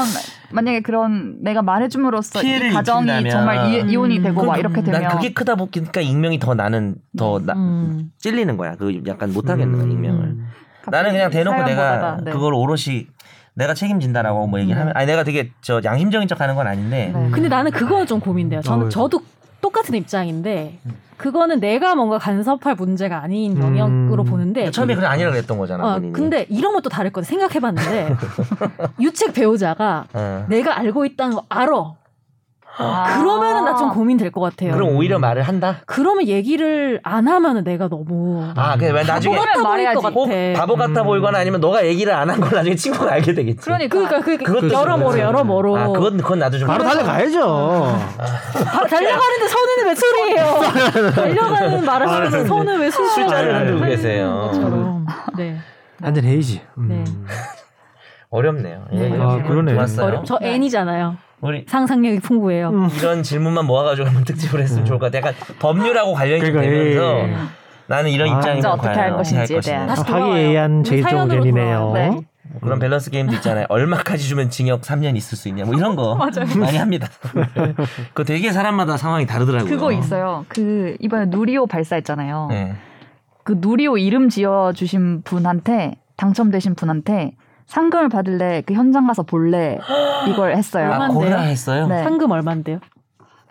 만약에 그런 내가 말해줌으로써 피해를 이 가정이 입힌다면. 정말 이, 이혼이 음. 되고 막 이렇게 그건 되면 난 그게 크다 보니까 익명이 더 나는 더 나- 음. 찔리는 거야. 그 약간 못 하겠는 거야 음. 익명을. 네. 갑자기 나는 그냥 대놓고 사연 내가 보다가, 네. 음. 그걸 오롯이 내가 책임진다라고 뭐 얘기하면 아니 내가 되게 저 양심적인 척하는 건 아닌데 네. 음. 근데 나는 그거 좀 고민돼요. 저는 어, 저도 음. 똑같은 입장인데 그거는 내가 뭔가 간섭할 문제가 아닌 영역으로 음. 네. 보는데 처음에 그건 아니라 그랬던 거잖아. 어, 본인이. 근데 이런 것도 다를 거든 생각해봤는데 유책 배우자가 어. 네. 내가 알고 있다는 거 알아. 그러면은 나 좀 고민될 것 같아요. 그럼 오히려 말을 한다. 그러면 얘기를 안 하면은 내가 너무 음. 아, 어, 그래 나중에 바보 그거를 같아 보일 말해야지. 것 같아. 혹 바보 같아 음. 보이거나 아니면 너가 얘기를 안 한 걸 나중에 친구가 알게 되겠지. 그러니까. 그러니까 그 그것도 여러모로 그렇지. 여러모로 아, 그건 그건 나도 좀 바로 그래서- 달려가야죠. 아. 바- 달려가는데 손은 왜 소리예요? 달려가는 말을 아, 하면서 네. 손은 왜 소리? 술자리를 아, 만들고 네. 계세요. 음. 것처럼. 네. 완전 헤이지. 음. 네. 어렵네요. 예, 네. 이런 아, 질문 그러네. 좋았어요. 어려- 저 네. N이잖아요. 우리 상상력이 풍부해요. 음. 이런 질문만 모아가지고 한번 특집을 했으면 음. 좋을 것 같아요. 약간 법률하고 관련이 좀 그러니까, 예, 되면서 예. 나는 이런 아. 입장이면 진짜 어떻게 과연 할 어떻게 할 것인지에 대한. 것이냐. 다시 돌아와요. 네, 화기애애한 제이동 사연으로 의견이네요. 돌아와요. 네. 그런 밸런스 게임도 있잖아요. 얼마까지 주면 징역 3년 있을 수 있냐. 뭐 이런 거 많이 합니다. 그거 되게 사람마다 상황이 다르더라고요. 네. 그거 있어요. 그 이번에 누리호 발사했잖아요. 네. 그 누리호 이름 지어 주신 분한테 당첨되신 분한테 상금을 받을래 그 현장 가서 볼래 이걸 했어요. 아, 얼마인데요? 고라 했어요? 네. 상금 얼마인데요?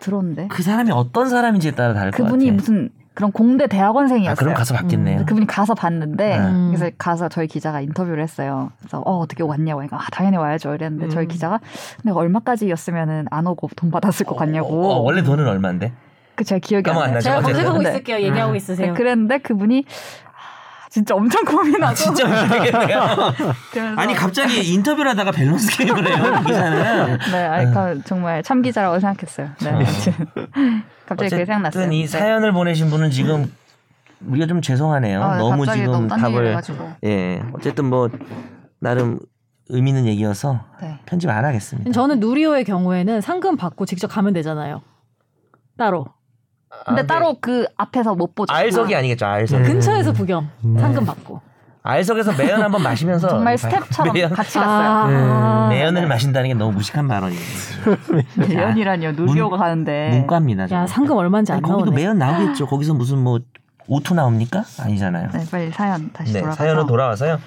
들었는데 그 사람이 어떤 사람인지에 따라 다를 것 그분이 같아. 무슨 그런 공대 대학원생이었어요. 아, 그럼 가서 받겠네요. 네. 근데 그분이 가서 봤는데 음. 그래서 가서 저희 기자가 인터뷰를 했어요. 그래서 어 어떻게 왔냐고 하니까 아, 당연히 와야죠 이랬는데 저희 음. 기자가 근데 얼마까지였으면은 안 오고 돈 받았을 것 같냐고. 어, 어, 원래 돈은 얼마인데? 그 제가 기억이 안 까만 안 나요. 나죠? 제가 어쨌든. 검색하고 네. 얘기하고 음. 네, 있으세요. 그랬는데 그분이 아, 진짜 엄청 고민하고 진짜 모르겠네요. 그러면서 아니 갑자기 인터뷰를 하다가 밸런스 게임을 해요. 이 기사는. 네, 아니, 그 정말 참 기자라고 생각했어요. 네, 아. 아무튼. 갑자기 그게 생각났어요. 어쨌든 이 네. 사연을 보내신 분은 지금 우리가 좀 죄송하네요. 아, 너무 갑자기 지금 너무 딴 얘기를 답을 해가지고. 예 어쨌든 뭐 나름 의미 있는 얘기여서 네. 편집 안 하겠습니다. 저는 누리호의 경우에는 상금 받고 직접 가면 되잖아요. 따로 근데 따로 그 앞에서 못 보죠. 아, 네. 알석이 아니겠죠 알석. 음. 근처에서 구경 음. 상금 받고 알석에서 매연 한번 마시면서 정말 스텝처럼 매연, 같이 갔어요. 아, 음. 매연을 마신다는 게 너무 무식한 발언이에요. 네. 매연이라뇨. 누리호가 가는데. 문과입니다. 야 상금 얼마인지 안 아니, 거기도 나오네. 매연 나오겠죠. 거기서 무슨 뭐 오투 나옵니까? 아니잖아요. 네, 빨리 사연 다시 네, 돌아가서. 사연으로 돌아와서요.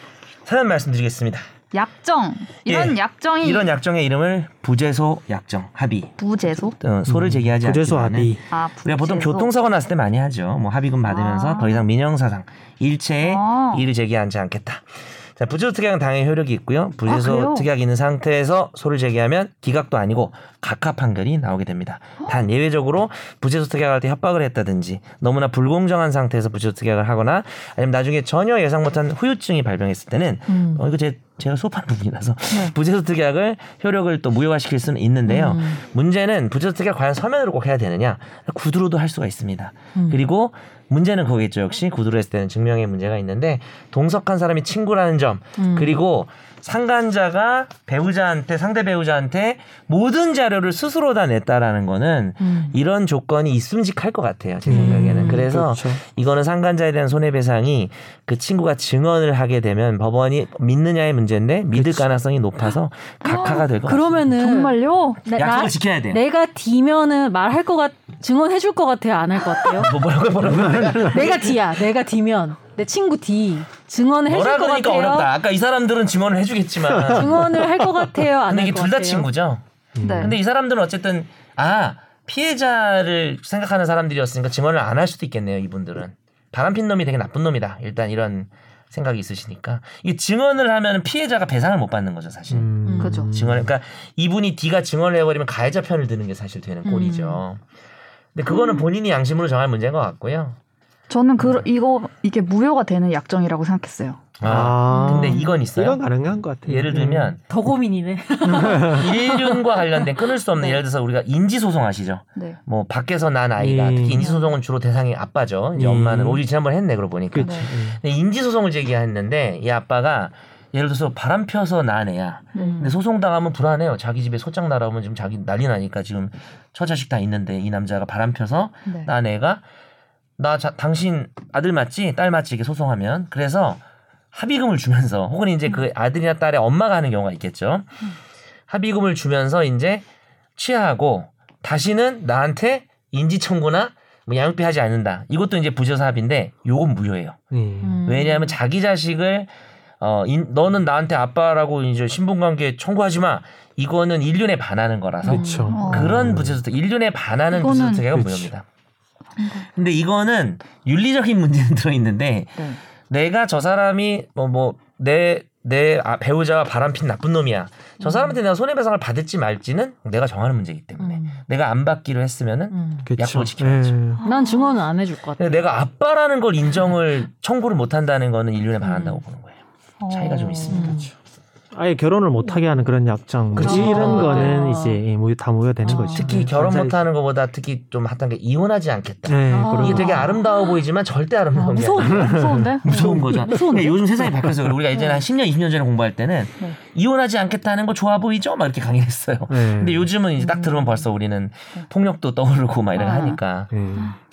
사연 말씀드리겠습니다. 약정. 이런 예. 약정이 이런 약정의 이름을 부재소 약정 합의. 부재소? 어, 소를 제기하지 부재소 않기만은 합의. 아, 우리가 부재소. 네, 보통 교통사고 났을 때 많이 하죠. 뭐 합의금 받으면서 아. 더 이상 민형사상 일체의 아. 이의를 제기하지 않겠다. 자, 부재소 특약은 당연히 효력이 있고요. 아, 부재소 그래요? 특약이 있는 상태에서 소를 제기하면 기각도 아니고 각하 판결이 나오게 됩니다. 단 예외적으로 부재소 특약할 때 협박을 했다든지 너무나 불공정한 상태에서 부재소 특약을 하거나 아니면 나중에 전혀 예상 못한 후유증이 발병했을 때는 음. 네. 어, 이거 제, 제가 수업한 부분이라서 부재소 특약을 효력을 또 무효화시킬 수는 있는데요. 음. 문제는 부재소 특약 과연 서면으로 꼭 해야 되느냐? 구두로도 할 수가 있습니다. 음. 그리고 문제는 거겠죠. 역시 구두로 했을 때는 증명의 문제가 있는데 동석한 사람이 친구라는 점 음. 그리고 상간자가 배우자한테 상대 배우자한테 모든 자료를 스스로 다 냈다라는 거는 음. 이런 조건이 있음직할 것 같아요. 제 생각에는. 네, 그래서 그렇죠. 이거는 상간자에 대한 손해배상이 그 친구가 증언을 하게 되면 법원이 믿느냐의 문제인데 믿을 가능성이 높아서 각하가 될 것 같아요. 그러면은 정말요? 나- 네? 나- 약속을 지켜야 돼요. 내가 D면은 말할 것 같, 증언해 줄 것 같아요, 안 할 것 같아요? 뭐 뭐라고 뭐라고 내가 D야, 내가 D면 내 친구 D 증언을 네, 해줄 뭐라 것 그러니까 같아요. 어렵다. 아까 이 사람들은 증언을 해주겠지만 증언을 할 것 같아요, 안 근데 할 이게 둘것 같아요? 다 친구죠. 네. 근데 이 사람들은 어쨌든 아 피해자를 생각하는 사람들이었으니까 증언을 안 할 수도 있겠네요. 이분들은 바람핀 놈이 되게 나쁜 놈이다. 일단 이런 생각이 있으시니까 이게 증언을 하면 피해자가 배상을 못 받는 거죠, 사실. 음. 그죠. 증언을 그러니까 이분이 D가 증언을 해버리면 가해자 편을 드는 게 사실 되는 음. 꼴이죠. 근데 그거는 음. 본인이 양심으로 정할 문제인 것 같고요. 저는 그 이거 이게 무효가 되는 약정이라고 생각했어요. 아, 근데 이건 있어요. 이건 가능한 것 같아요. 네. 예를 들면 더 고민이네. 일륜과 관련된 끊을 수 없는 네. 예를 들어서 우리가 인지 소송 아시죠? 네. 뭐 밖에서 난 아이가 음. 특히 인지 소송은 주로 대상이 아빠죠. 이제 음. 엄마는 오지 지난번 에 했네 그러고 보니까. 그렇죠. 근데 인지 소송을 제기했는데 이 아빠가 예를 들어서 바람 펴서 난 애야. 네. 음. 근데 소송 당하면 불안해요. 자기 집에 소장 날아오면 지금 자기 난리 나니까 지금 처자식 다 있는데 이 남자가 바람 펴서 네. 난 애가 나 자- 당신 아들 맞지 딸 맞지 이게 소송하면 그래서 합의금을 주면서 혹은 이제 그 아들이나 딸의 엄마가 하는 경우가 있겠죠. 합의금을 주면서 이제 취하하고 다시는 나한테 인지 청구나 뭐 양육비 하지 않는다. 이것도 이제 부재사 합인데 요건 무효예요. 네. 음. 왜냐하면 자기 자식을 어 인- 너는 나한테 아빠라고 이제 신분관계 청구하지 마. 이거는 일륜에 반하는 거라서 그렇죠. 음. 어. 그런 부재소득 일륜에 반하는 이거는- 부재소득이 그치. 무효입니다. 네. 근데 이거는 윤리적인 문제는 들어 있는데 네. 내가 저 사람이 뭐 뭐 내 내 내 아, 배우자와 바람핀 나쁜 놈이야. 저 사람한테 내가 손해배상을 받을지 말지는 내가 정하는 문제이기 때문에 음. 내가 안 받기로 했으면은 음. 그렇죠. 약속을 지켜야죠. 난 증언은 안 해줄 것 같아. 근데 내가 아빠라는 걸 인정을 청구를 못한다는 거는 인륜에 반한다고 보는 거예요. 어. 차이가 좀 있습니다. 음. 그렇죠. 아예 결혼을 못하게 하는 그런 약정 뭐 그렇죠. 이런 어. 아. 거는 이제 예, 모여 다 모여되는 아. 거죠. 특히 네, 결혼 전자의- 못하는 것보다 특히 좀 핫한 게 이혼하지 않겠다. 네, 아. 그런 이게 거. 되게 아름다워 보이지만 절대 아름다운 게 무서운 아니에요. 무서운데? 음. 무서운 거죠. 네. 무서운데? 그러니까 요즘 세상이 바뀌어서 그래. 우리가 예전에 한 10년, 20년 전에 공부할 때는 네. 이혼하지 않겠다는 거 좋아 보이죠? 막 이렇게 강의를 했어요. 네. 음. 근데 요즘은 이제 딱 들으면 벌써 우리는 폭력도 떠오르고 막 이런 네. 아. 음. 하니까 네.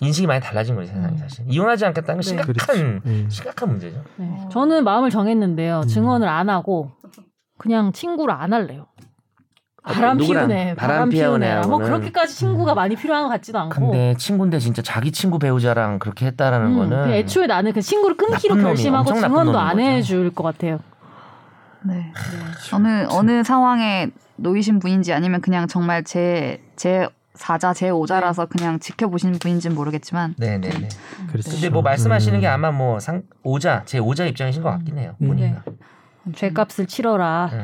인식이 많이 달라진 거죠 세상이 사실. 이혼하지 않겠다는 건 네. 심각한 네. 심각한 문제죠. 네. 저는 마음을 정했는데요. 음. 증언을 안 하고 그냥 친구를 안 할래요. 바람 누구랑? 피우네. 바람 바람 피우네. 피우네 뭐 하고는. 그렇게까지 친구가 많이 필요한 것 같지도 않고. 근데 친구인데 진짜 자기 친구 배우자랑 그렇게 했다라는 음, 거는 그냥 애초에 나는 그 친구를 끊기로 나쁜 놈이에요. 결심하고 엄청 나쁜 증언도 놈인 안 거죠. 해줄 것 같아요. 네. 아, 어느 어느 상황에 놓이신 분인지 아니면 그냥 정말 제 제 사자 제 오자라서 그냥 지켜보신 분인지는 모르겠지만 음. 네네네. 그렇죠. 근데 뭐 말씀하시는 음. 게 아마 뭐 상 오자 제 오자 입장이신 것 같긴 해요. 음. 보니까. 죄값을 치러라. 음.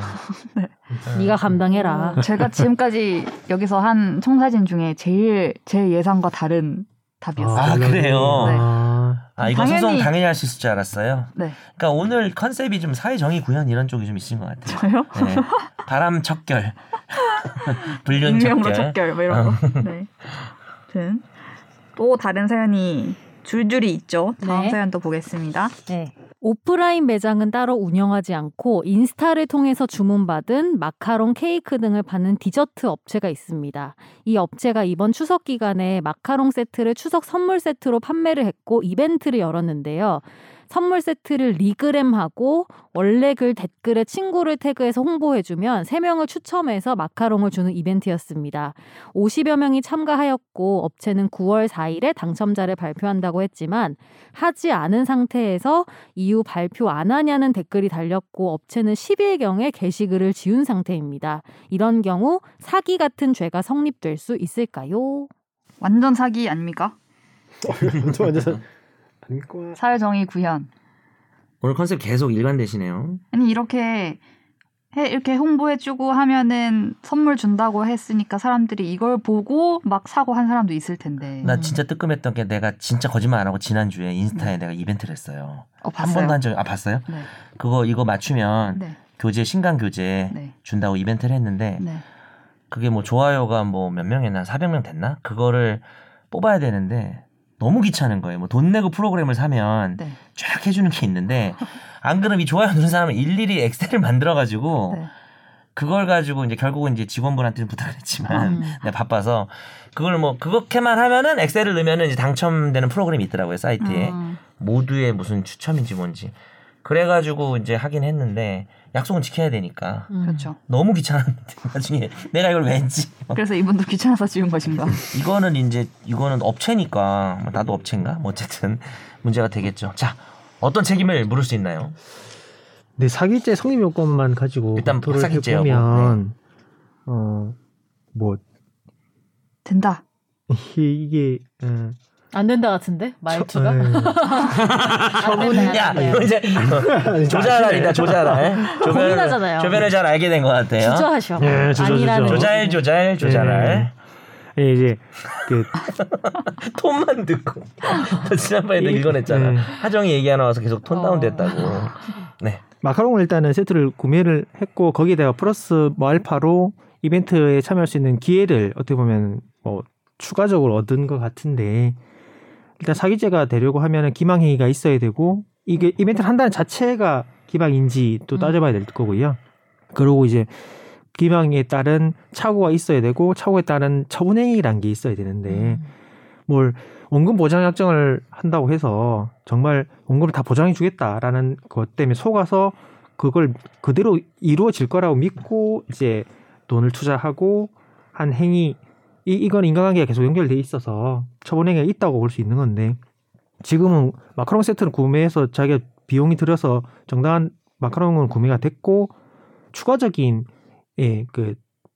네. 음. 네가 감당해라. 음, 제가 지금까지 여기서 한 청사진 중에 제일 제 예상과 다른 답이었어요. 아, 그래요? 네. 아, 아 이거 당연히- 소송 당연히 할 수 있을 줄 알았어요. 네. 그러니까 오늘 컨셉이 좀 사회 정의 구현 이런 쪽이 좀 있으신 것 같아요. 저요? 네. 바람 척결, 불륜 익명으로 척결. 적결 뭐 이런 거. 어. 네. 아무튼 또 다른 사연이 줄줄이 있죠. 다음 네. 사연도 보겠습니다. 네. 오프라인 매장은 따로 운영하지 않고 인스타를 통해서 주문받은 마카롱, 케이크 등을 파는 디저트 업체가 있습니다. 이 업체가 이번 추석 기간에 마카롱 세트를 추석 선물 세트로 판매를 했고 이벤트를 열었는데요. 선물 세트를 리그램하고 원래 글 댓글에 친구를 태그해서 홍보해주면 3명을 추첨해서 마카롱을 주는 이벤트였습니다. 50여 명이 참가하였고 업체는 9월 4일에 당첨자를 발표한다고 했지만 하지 않은 상태에서 이후 발표 안 하냐는 댓글이 달렸고 업체는 10일경에 게시글을 지운 상태입니다. 이런 경우 사기 같은 죄가 성립될 수 있을까요? 완전 사기 아닙니까? 그 완전 완전 아닐 거야. 사회정의 구현. 오늘 컨셉 계속 일관되시네요. 아니 이렇게 해, 이렇게 홍보해주고 하면은 선물 준다고 했으니까 사람들이 이걸 보고 막 사고 한 사람도 있을 텐데. 나 진짜 뜨끔했던 게 내가 진짜 거짓말 안 하고 지난 주에 인스타에 내가 이벤트를 했어요. 어 한 봤어요. 번도 한 적, 아 봤어요? 네. 그거 이거 맞추면 네. 교재 신간 교재 네. 준다고 이벤트를 했는데 네. 그게 뭐 좋아요가 뭐 몇 명이나 400명 됐나? 그거를 뽑아야 되는데 너무 귀찮은 거예요. 뭐 돈 내고 프로그램을 사면 네. 쫙 해주는 게 있는데 안 그럼 이 좋아요 누른 사람은 일일이 엑셀을 만들어가지고 네. 그걸 가지고 이제 결국은 이제 직원분한테 좀 부탁을 했지만 음. 내가 바빠서 그걸 뭐 그렇게만 하면은 엑셀을 넣으면은 이제 당첨되는 프로그램이 있더라고요 사이트에 음, 모두의 무슨 추첨인지 뭔지 그래가지고 이제 하긴 했는데 약속은 지켜야 되니까 음. 그렇죠. 너무 귀찮았는데 나중에 내가 이걸 왠지 그래서 이분도 귀찮아서 지운 것인가? 이거는 이제 이거는 업체니까 뭐 나도 업체인가 뭐 어쨌든 문제가 되겠죠. 자 어떤 책임을 물을 수 있나요? 근데 사기죄 성립 요건만 가지고 일단 검토를 사기죄하고, 네. 해보면 어뭐 된다. 이게 음, 안 된다 같은데 말투가 네. 처분이 아, 야 이거 이제 예. 조자랄이다 조자랄. 네. 고민하잖아요. 조변을 잘 알게 된 것 같아요. 주저하셔. 예, 주저, 아니라는 주저. 조잘 거지. 조잘 조잘할 예, 이제 그 톤만 듣고 저 지난번에도 이- 읽어냈잖아 네. 하정이 얘기 하나 와서 계속 톤 어. 다운됐다고 네 마카롱을 일단은 세트를 구매를 했고 거기에다가 플러스 뭐 알파로 이벤트에 참여할 수 있는 기회를 어떻게 보면 뭐 추가적으로 얻은 것 같은데 일단 사기죄가 되려고 하면은 기망행위가 있어야 되고 이게 이벤트를 한다는 자체가 기망인지 또 음. 따져봐야 될 거고요. 그리고 이제 기망에 따른 착오가 있어야 되고 착오에 따른 처분행위라는 게 있어야 되는데 음. 뭘 원금 보장 약정을 한다고 해서 정말 원금을 다 보장해 주겠다라는 것 때문에 속아서 그걸 그대로 이루어질 거라고 믿고 이제 돈을 투자하고 한 행위 이 이건 인간관계가 계속 연결돼 있어서 처분 행위가 있다고 볼 수 있는 건데 지금은 마카롱 세트를 구매해서 자기가 비용이 들어서 정당한 마카롱은 구매가 됐고 추가적인 예 그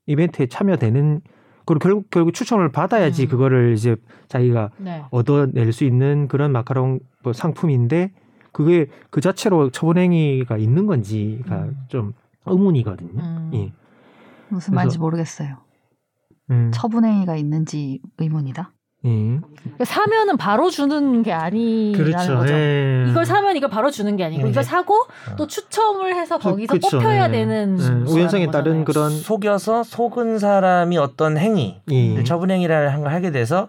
이벤트에 참여되는 그리고 결국 결국 추첨을 받아야지 음. 그거를 이제 자기가 네. 얻어낼 수 있는 그런 마카롱 뭐 상품인데 그게 그 자체로 처분행위가 있는 건지가 음. 좀 의문이거든요. 음. 예. 무슨 말인지 모르겠어요. 음. 처분행위가 있는지 의문이다. 예. 그러니까 사면은 바로 주는 게 아니라는 그렇죠. 거죠. 예. 이걸 사면 이걸 바로 주는 게 아니고 음. 이걸 사고 어. 또 추첨을 해서 그- 거기서 그쵸, 뽑혀야 예. 되는 예. 수라는 우연성에 따른 그런 거잖아요. 속여서 속은 사람이 어떤 행위 음. 예. 처분행위라는 한걸 하게 돼서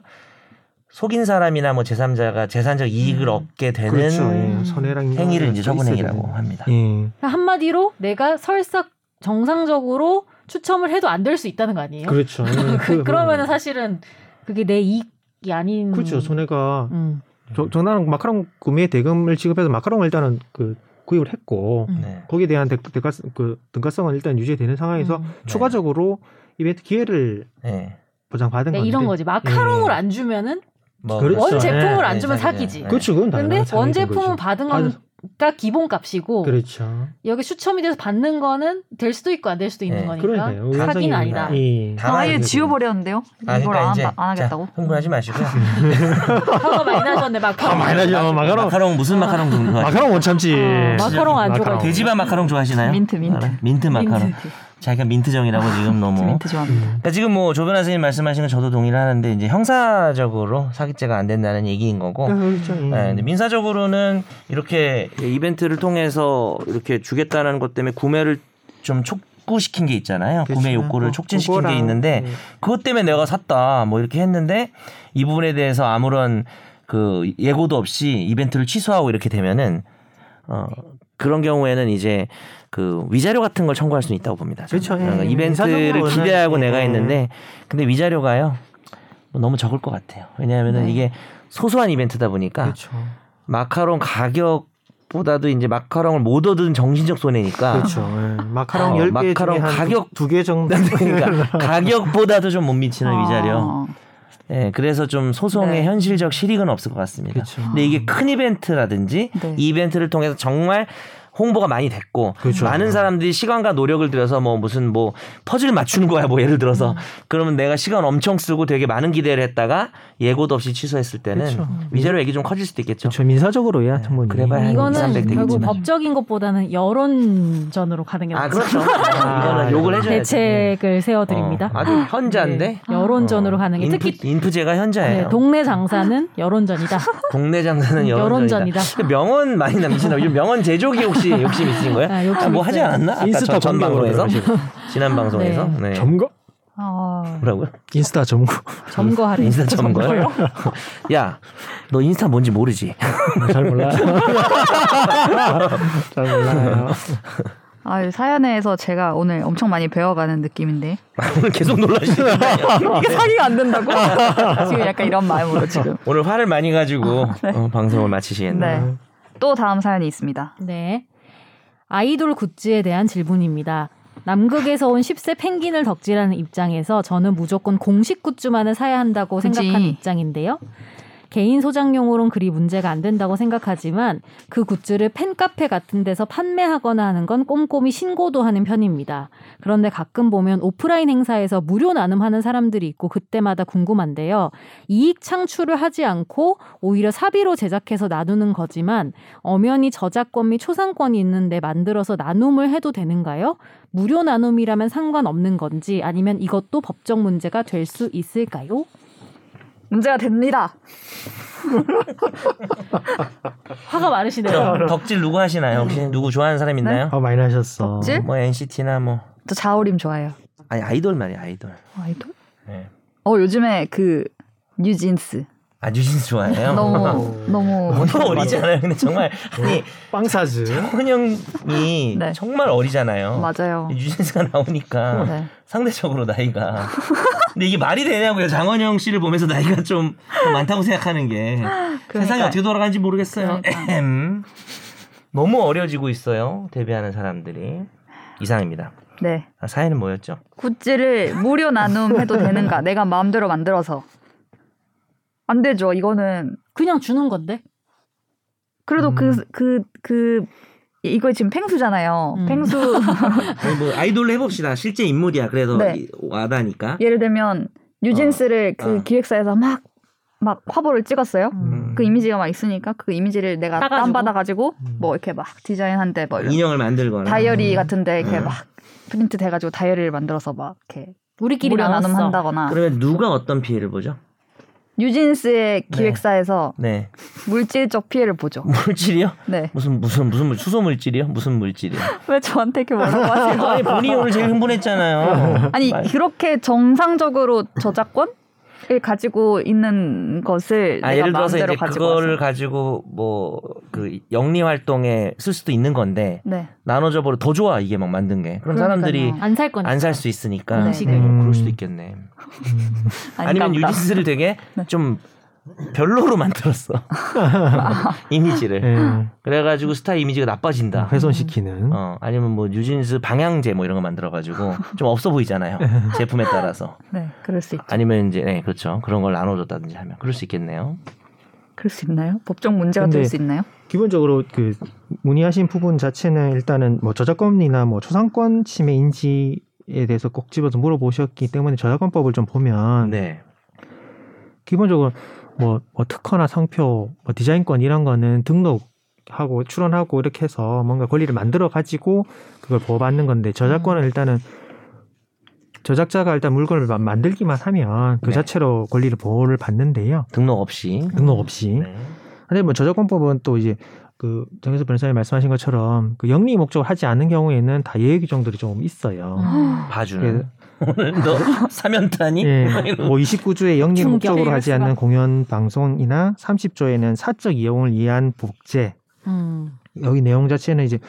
속인 사람이나 뭐 제3자가 재산적 이익을 음. 얻게 되는 그렇죠. 음. 예. 선해랑 행위를 이제 처분행위라고 합니다. 예. 그러니까 한마디로 내가 설사 정상적으로 추첨을 해도 안 될 수 있다는 거 아니에요? 그렇죠. 예. 그, 그러면은 사실은 그게 내 이익이 아닌 그렇죠. 손해가 음. 저, 저 나는 마카롱 구매 대금을 지급해서 마카롱을 일단은 그 구입을 했고 음. 네. 거기에 대한 대, 대가 그 등가성은 일단 유지되는 상황에서 음. 네. 추가적으로 이벤트 기회를 네. 보장받은 그러니까 건데 이런 거지 마카롱을 예. 안 주면은 뭐 그렇죠. 원 제품을 예, 안 주면 예, 사기지. 예. 그렇죠. 그건 근데 당연한 원 상황인 제품은 거죠. 아, 받은 건 딱 기본값이고 그렇죠. 여기 추첨이 돼서 받는 거는 될 수도 있고 안 될 수도 있는 네, 거니까 그러니까요. 사기는 우연성이- 아니다. 예. 다- 아, 다만 아예 이제- 지워버렸는데요. 아, 이걸 그러니까 안, 이제 안 하겠다고. 자, 흥분하지 마시고. 화가 많이 나셨네 아, 마카롱. 나죠. 마카롱 무슨 마카롱 좋아하시나요? 마카롱 못 참지. 음. 어, 마카롱 안 좋아해. 돼지바 마카롱 좋아하시나요? 민트, 민트. 알아요? 민트 마카롱. 민트. 자기가 민트정이라고 지금 너무. 민트 좋아합니다. 그러니까 지금 뭐 조변 선생님 말씀하신 건 저도 동의를 하는데 이제 형사적으로 사기죄가 안 된다는 얘기인 거고 그렇죠. 네, 근데 민사적으로는 예, 이렇게 이벤트를 통해서 이렇게 주겠다는 것 때문에 구매를 좀 촉구시킨 게 있잖아요. 그렇죠. 어, 구매 욕구를 촉진시킨 게 있는데 네. 예. 그것 때문에 내가 샀다 뭐 이렇게 했는데 이 부분에 대해서 아무런 그 예고도 없이 이벤트를 취소하고 이렇게 되면은 어 그런 경우에는 이제 그 위자료 같은 걸 청구할 수는 있다고 봅니다. 저는. 그렇죠. 예, 그러니까 예. 이벤트를 민사적으로는 기대하고 예. 내가 했는데 근데 위자료가요 뭐 너무 적을 것 같아요. 왜냐하면은 네. 이게 소소한 이벤트다 보니까 그렇죠. 마카롱 가격보다도 이제 마카롱을 못 얻은 정신적 손해니까 그렇죠. 예. 마카롱 어, 10개 마카롱 중에 한 가격- 두 개 정도. 예. 그러니까 가격보다도 좀 못 미치는 위자료. 아, 예, 그래서 좀 소송의 네. 현실적 실익은 없을 것 같습니다. 그렇죠. 근데 이게 큰 이벤트라든지 네. 이 이벤트를 통해서 정말 홍보가 많이 됐고 그렇죠. 많은 사람들이 시간과 노력을 들여서 뭐 무슨 뭐 퍼즐 맞추는 거야 뭐 예를 들어서 음. 그러면 내가 시간 엄청 쓰고 되게 많은 기대를 했다가 예고도 없이 취소했을 때는 그렇죠. 위자료 얘기 좀 커질 수도 있겠죠. 저 민사적으로야 충분히. 음. 네, 그래봐야 한 네, 이거는 200, 300 결국 되겠지만. 법적인 것보다는 여론전으로 가는 게 아 맞죠. 그렇죠. 아, 이거는 욕을 해줘야 돼. 네. 대책을 어, 세워드립니다. 어, 아주 현자인데 어, 네, 여론전으로 가는 게 특히 인프, 인프제가 현자예요. 네, 동네 장사는 여론전이다. 동네 장사는 여론전이다. 여론전이다. 근데 명언 많이 남기시나 요즘 명언 제조기 혹시 욕심 있으신 거예요? 아, 욕심 아, 뭐 하지 있어요. 않았나? 아까 인스타 전, 전 공격으로 방송에서 들어가시고. 지난 방송에서 네. 점거? 아, 뭐라고요? 인스타 점거. 점거하래. 인스타 점거요? 야, 너 인스타 뭔지 모르지? 아, 잘 몰라. 잘 몰라요. 아, 이 사연에서 제가 오늘 엄청 많이 배워가는 느낌인데 오늘 계속 아, 놀라시네요. 이게 사기가 안 된다고? 지금 약간 이런 마음으로 지금 오늘 화를 많이 가지고 아, 네. 어, 방송을 마치시겠네요. 네. 또 다음 사연이 있습니다. 네. 아이돌 굿즈에 대한 질문입니다. 남극에서 온 10세 펭귄을 덕질하는 입장에서 저는 무조건 공식 굿즈만을 사야 한다고 그치. 생각하는 입장인데요. 개인 소장용으론 그리 문제가 안 된다고 생각하지만 그 굿즈를 팬카페 같은 데서 판매하거나 하는 건 꼼꼼히 신고도 하는 편입니다. 그런데 가끔 보면 오프라인 행사에서 무료 나눔하는 사람들이 있고 그때마다 궁금한데요. 이익 창출을 하지 않고 오히려 사비로 제작해서 나누는 거지만 엄연히 저작권 및 초상권이 있는데 만들어서 나눔을 해도 되는가요? 무료 나눔이라면 상관없는 건지 아니면 이것도 법적 문제가 될 수 있을까요? 문제가 됩니다. 화가 많으시네요. 그럼 덕질 누구 하시나요? 혹시 누구 좋아하는 사람 있나요? 아, 많이 하셨어. 네. 덕질? 뭐 NCT나 뭐 저 자우림 좋아해요. 아니 아이돌 말이야 아이돌. 아이돌? 네. 어 요즘에 그 뉴진스 아 뉴진스 좋아해요? 너무 너무 너무 어리잖아요. 근데 정말 아니 빵사즈. 현영이 네. 정말 어리잖아요. 어. 맞아요. 유진스가 나오니까 네. 상대적으로 나이가 근데 이게 말이 되냐고요 장원영 씨를 보면서 나이가 좀 많다고 생각하는 게 세상이 어떻게 돌아가는지 모르겠어요 그러니까. 에헴. 너무 어려지고 있어요 데뷔하는 사람들이 이상입니다 네. 아, 사연은 뭐였죠 굿즈를 무료 나눔해도 되는가? 내가 마음대로 만들어서 안 되죠. 이거는 그냥 주는 건데. 그래도 음. 그 그 그 이거 지금 팽수잖아요. 음. 팽수 아니, 뭐 아이돌로 해봅시다 실제 인물이야 그래도 네. 이- 와닿으니까 예를 들면 뉴진스를 그 어. 기획사에서 막 막 화보를 찍었어요. 음. 그 이미지가 막 있으니까 그 이미지를 내가 따가지고? 다운 받아가지고 음. 뭐 이렇게 막 디자인한데 뭐 이런 인형을 만들거나 다이어리 같은데 이렇게 음. 막 프린트 돼가지고 다이어리를 만들어서 막 이렇게 우리끼리 무료 나눴어. 나눔한다거나 그러면 누가 어떤 피해를 보죠? 뉴진스의 기획사에서 네 물질적 피해를 보죠. 음. 물질이요? 네. 무슨 무슨 무슨 물 수소 물질이요? 무슨 물질이요? 왜 저한테 이렇게 뭐라고 하세요? 아니 본인이 오늘 제일 흥분했잖아요. 아니 말- 그렇게 정상적으로 저작권을 가지고 있는 것을 아, 내가 예를 들어서 마음대로 이제 가지고 그거를 와서. 가지고 뭐 그 영리 활동에 쓸 수도 있는 건데 네. 나눠져 버려 더 좋아 이게 막 만든 게 그럼 사람들이 그러니까요. 아, 안 살 거니까. 안 살 수 있으니까 네. 음식을. 뭐 그럴 수도 있겠네. 아니면 아닌가 보다. 네. 유디스를 되게 좀 별로로 만들었어 이미지를 네. 아. 예, 그래가지고 스타 이미지가 나빠진다. 훼손시키는. 어 아니면 뭐 유진스 방향제 뭐 이런 거 만들어가지고 좀 없어 보이잖아요 네. 제품에 따라서 네, 그럴 수 있. 아니면 이제 네 그렇죠 그런 걸 나눠줬다든지 하면 그럴 수 있겠네요. 그럴 수 있나요? 법적 문제가 근데 될 수 있나요? 기본적으로 그 문의하신 부분 자체는 일단은 뭐 저작권이나 뭐 초상권 침해인지에 대해서 꼭 집어서 물어보셨기 때문에 저작권법을 좀 보면 네. 기본적으로 뭐, 뭐 특허나 상표, 뭐 디자인권 이런 거는 등록하고 출원하고 이렇게 해서 뭔가 권리를 만들어 가지고 그걸 보호받는 건데 저작권은 음. 일단은 저작자가 일단 물건을 마- 만들기만 하면 그 네. 자체로 권리를 보호를 받는데요. 등록 없이. 등록 없이. 네. 근데 뭐 저작권법은 또 이제 그 정혜수 변호사님 말씀하신 것처럼 그 영리 목적을 하지 않는 경우에는 다 예외 규정들이 좀 있어요. 아. 음. 봐주는. 오늘 너 사면타니? 예. 이런. 뭐 29조에 영리 충격. 목적으로 하지 않는 공연 방송이나 30조에는 사적 이용을 이한 복제. 음. 여기 내용 자체는 이제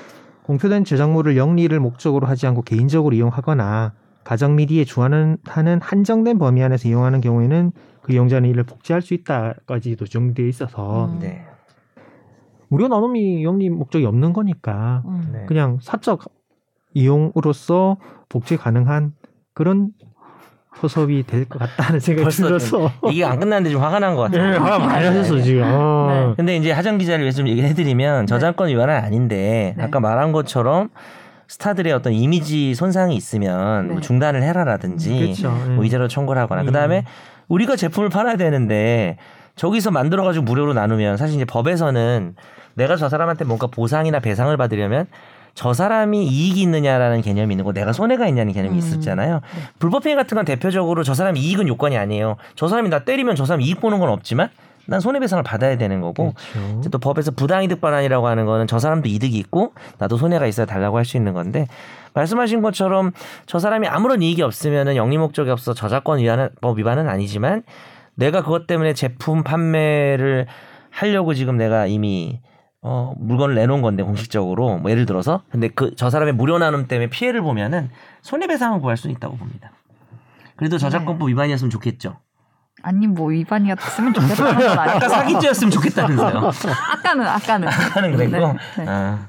공표된 저작물을 영리를 목적으로 하지 않고 개인적으로 이용하거나 가정 미디에 주하는 하는 한정된 범위 안에서 이용하는 경우에는 그 이용자는 이를 복제할 수 있다까지도 정되어 있어서 음. 네. 무료 나눔이 영리 목적이 없는 거니까 음. 네. 그냥 사적 이용으로서 복제 가능한 그런 허섭이 될 것 같다는 생각이 벌써 좀 들어서 이게 안 끝났는데 좀 화가 난 것 예, 같아요. 네. 화가 많이 하셨어 지금. 네. 아. 근데 이제 하정 기자를 위해서 좀 얘기를 해드리면 저작권 위반은 아닌데 네. 아까 말한 것처럼 스타들의 어떤 이미지 손상이 있으면 네. 뭐 중단을 해라라든지 그렇죠. 뭐 예. 이자로 청구를 하거나 음. 그다음에 우리가 제품을 팔아야 되는데 저기서 만들어 가지고 무료로 나누면 사실 이제 법에서는 내가 저 사람한테 뭔가 보상이나 배상을 받으려면 저 사람이 이익이 있느냐라는 개념이 있는 거 내가 손해가 있냐는 개념이 음. 있었잖아요. 네. 불법행위 같은 건 대표적으로 저 사람이 이익은 요건이 아니에요. 저 사람이 나 때리면 저 사람이 이익 보는 건 없지만 난 손해배상을 받아야 되는 거고 그렇죠. 이제 또 법에서 부당이득 반환이라고 하는 거는 저 사람도 이득이 있고 나도 손해가 있어야 달라고 할 수 있는 건데 말씀하신 것처럼 저 사람이 아무런 이익이 없으면은 영리 목적이 없어 저작권 위반은 법 위반은 아니지만 내가 그것 때문에 제품 판매를 하려고 지금 내가 이미 어 물건을 내놓은 건데 공식적으로 뭐 예를 들어서 근데 그 저 사람의 무료 나눔 때문에 피해를 보면은 손해배상을 구할 수는 있다고 봅니다. 그래도 저작권법 위반이었으면 좋겠죠. 아니 뭐 위반이었으면 좋겠다는 건 아니고 아까 그러니까 사기죄였으면 좋겠다면서요. 아까는 아까는 하는 그랬고. 네, 네. 아.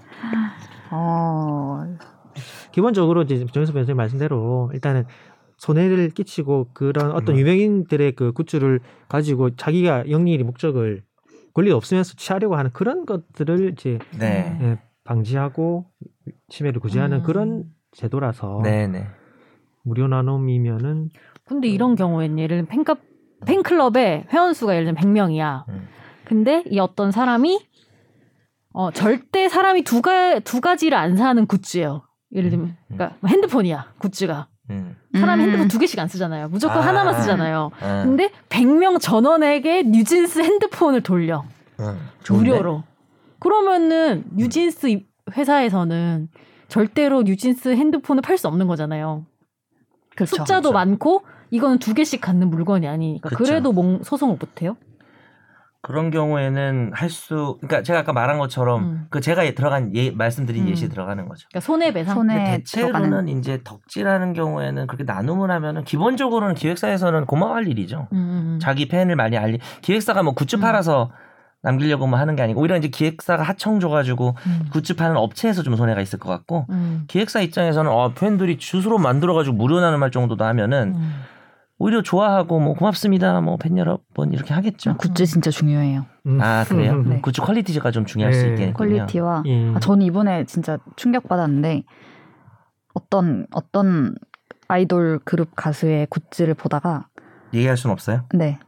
어 기본적으로 이제 정현수 변호사님 말씀대로 일단은 손해를 끼치고 그런 어떤 음. 유명인들의 그 굿즈를 가지고 자기가 영리일이 목적을 권리 없으면서 취하려고 하는 그런 것들을 이제 네. 예, 방지하고 침해를 구제하는 음. 그런 제도라서 네네. 무료 나눔이면은 근데 이런 경우엔 예를 들면 팬클럽 팬클럽의 회원 수가 예를 들면 100명이야. 음. 근데 이 어떤 사람이 어 절대 사람이 두가 두 가지를 안 사는 굿즈예요. 예를 들면 음. 그러니까 핸드폰이야 굿즈가 음. 사람이 음. 핸드폰 두 개씩 안 쓰잖아요. 무조건 아. 하나만 쓰잖아요. 아, 근데 100명 전원에게 뉴진스 핸드폰을 돌려 음. 좋은데? 무료로. 그러면은 뉴진스 이- 회사에서는 절대로 뉴진스 핸드폰을 팔 수 없는 거잖아요. 그렇죠. 숫자도 그렇죠. 많고 이거는 두 개씩 갖는 물건이 아니니까 그렇죠. 그래도 소송을 못 해요. 그런 경우에는 할 수 그러니까 제가 아까 말한 것처럼 음. 그 제가 예- 들어간 예, 말씀드린 음. 예시 들어가는 거죠. 그러니까 손해배상. 손해 근데 들어가는 대체로는 이제 덕질하는 경우에는 그렇게 나눔을 하면은 기본적으로는 기획사에서는 고마워할 일이죠. 음, 음, 음. 자기 팬을 많이 알리 기획사가 뭐 굿즈 음. 팔아서 남기려고 뭐 하는 게 아니고 오히려 이제 기획사가 하청 줘가지고 음. 굿즈 파는 업체에서 좀 손해가 있을 것 같고 음. 기획사 입장에서는 어, 팬들이 주스로 만들어가지고 무료 나눔할 정도도 하면은 음. 오히려 좋아하고 뭐 고맙습니다 뭐 팬 여러분 이렇게 하겠죠. 아, 굿즈 진짜 중요해요. 음. 아 그래요? 네. 굿즈 퀄리티가 좀 중요할 수 네. 있겠군요. 퀄리티와 예. 아, 저는 이번에 진짜 충격받았는데 어떤 어떤 아이돌 그룹 가수의 굿즈를 보다가 얘기할 수는 없어요. 네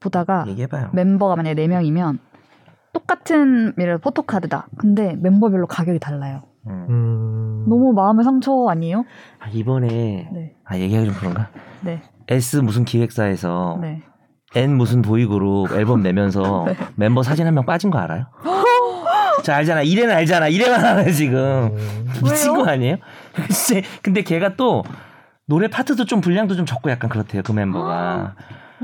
보다가 얘기해봐요. 멤버가 만약에 네명이면 똑같은 예를 들어 포토카드다. 근데 멤버별로 가격이 달라요. 음. 음. 너무 마음의 상처 아니에요? 아, 이번에 네. 아 얘기하기 좀 그런가? 네. S 무슨 기획사에서 네. N 무슨 보이그룹 앨범 내면서 멤버 사진 한 명 빠진 거 알아요? 자 알잖아 이래는 알잖아 이래만 알아요 지금 음. 미친 거 아니에요? 글쎄 근데 걔가 또 노래 파트도 좀 분량도 좀 적고 약간 그렇대요 그 아, 멤버가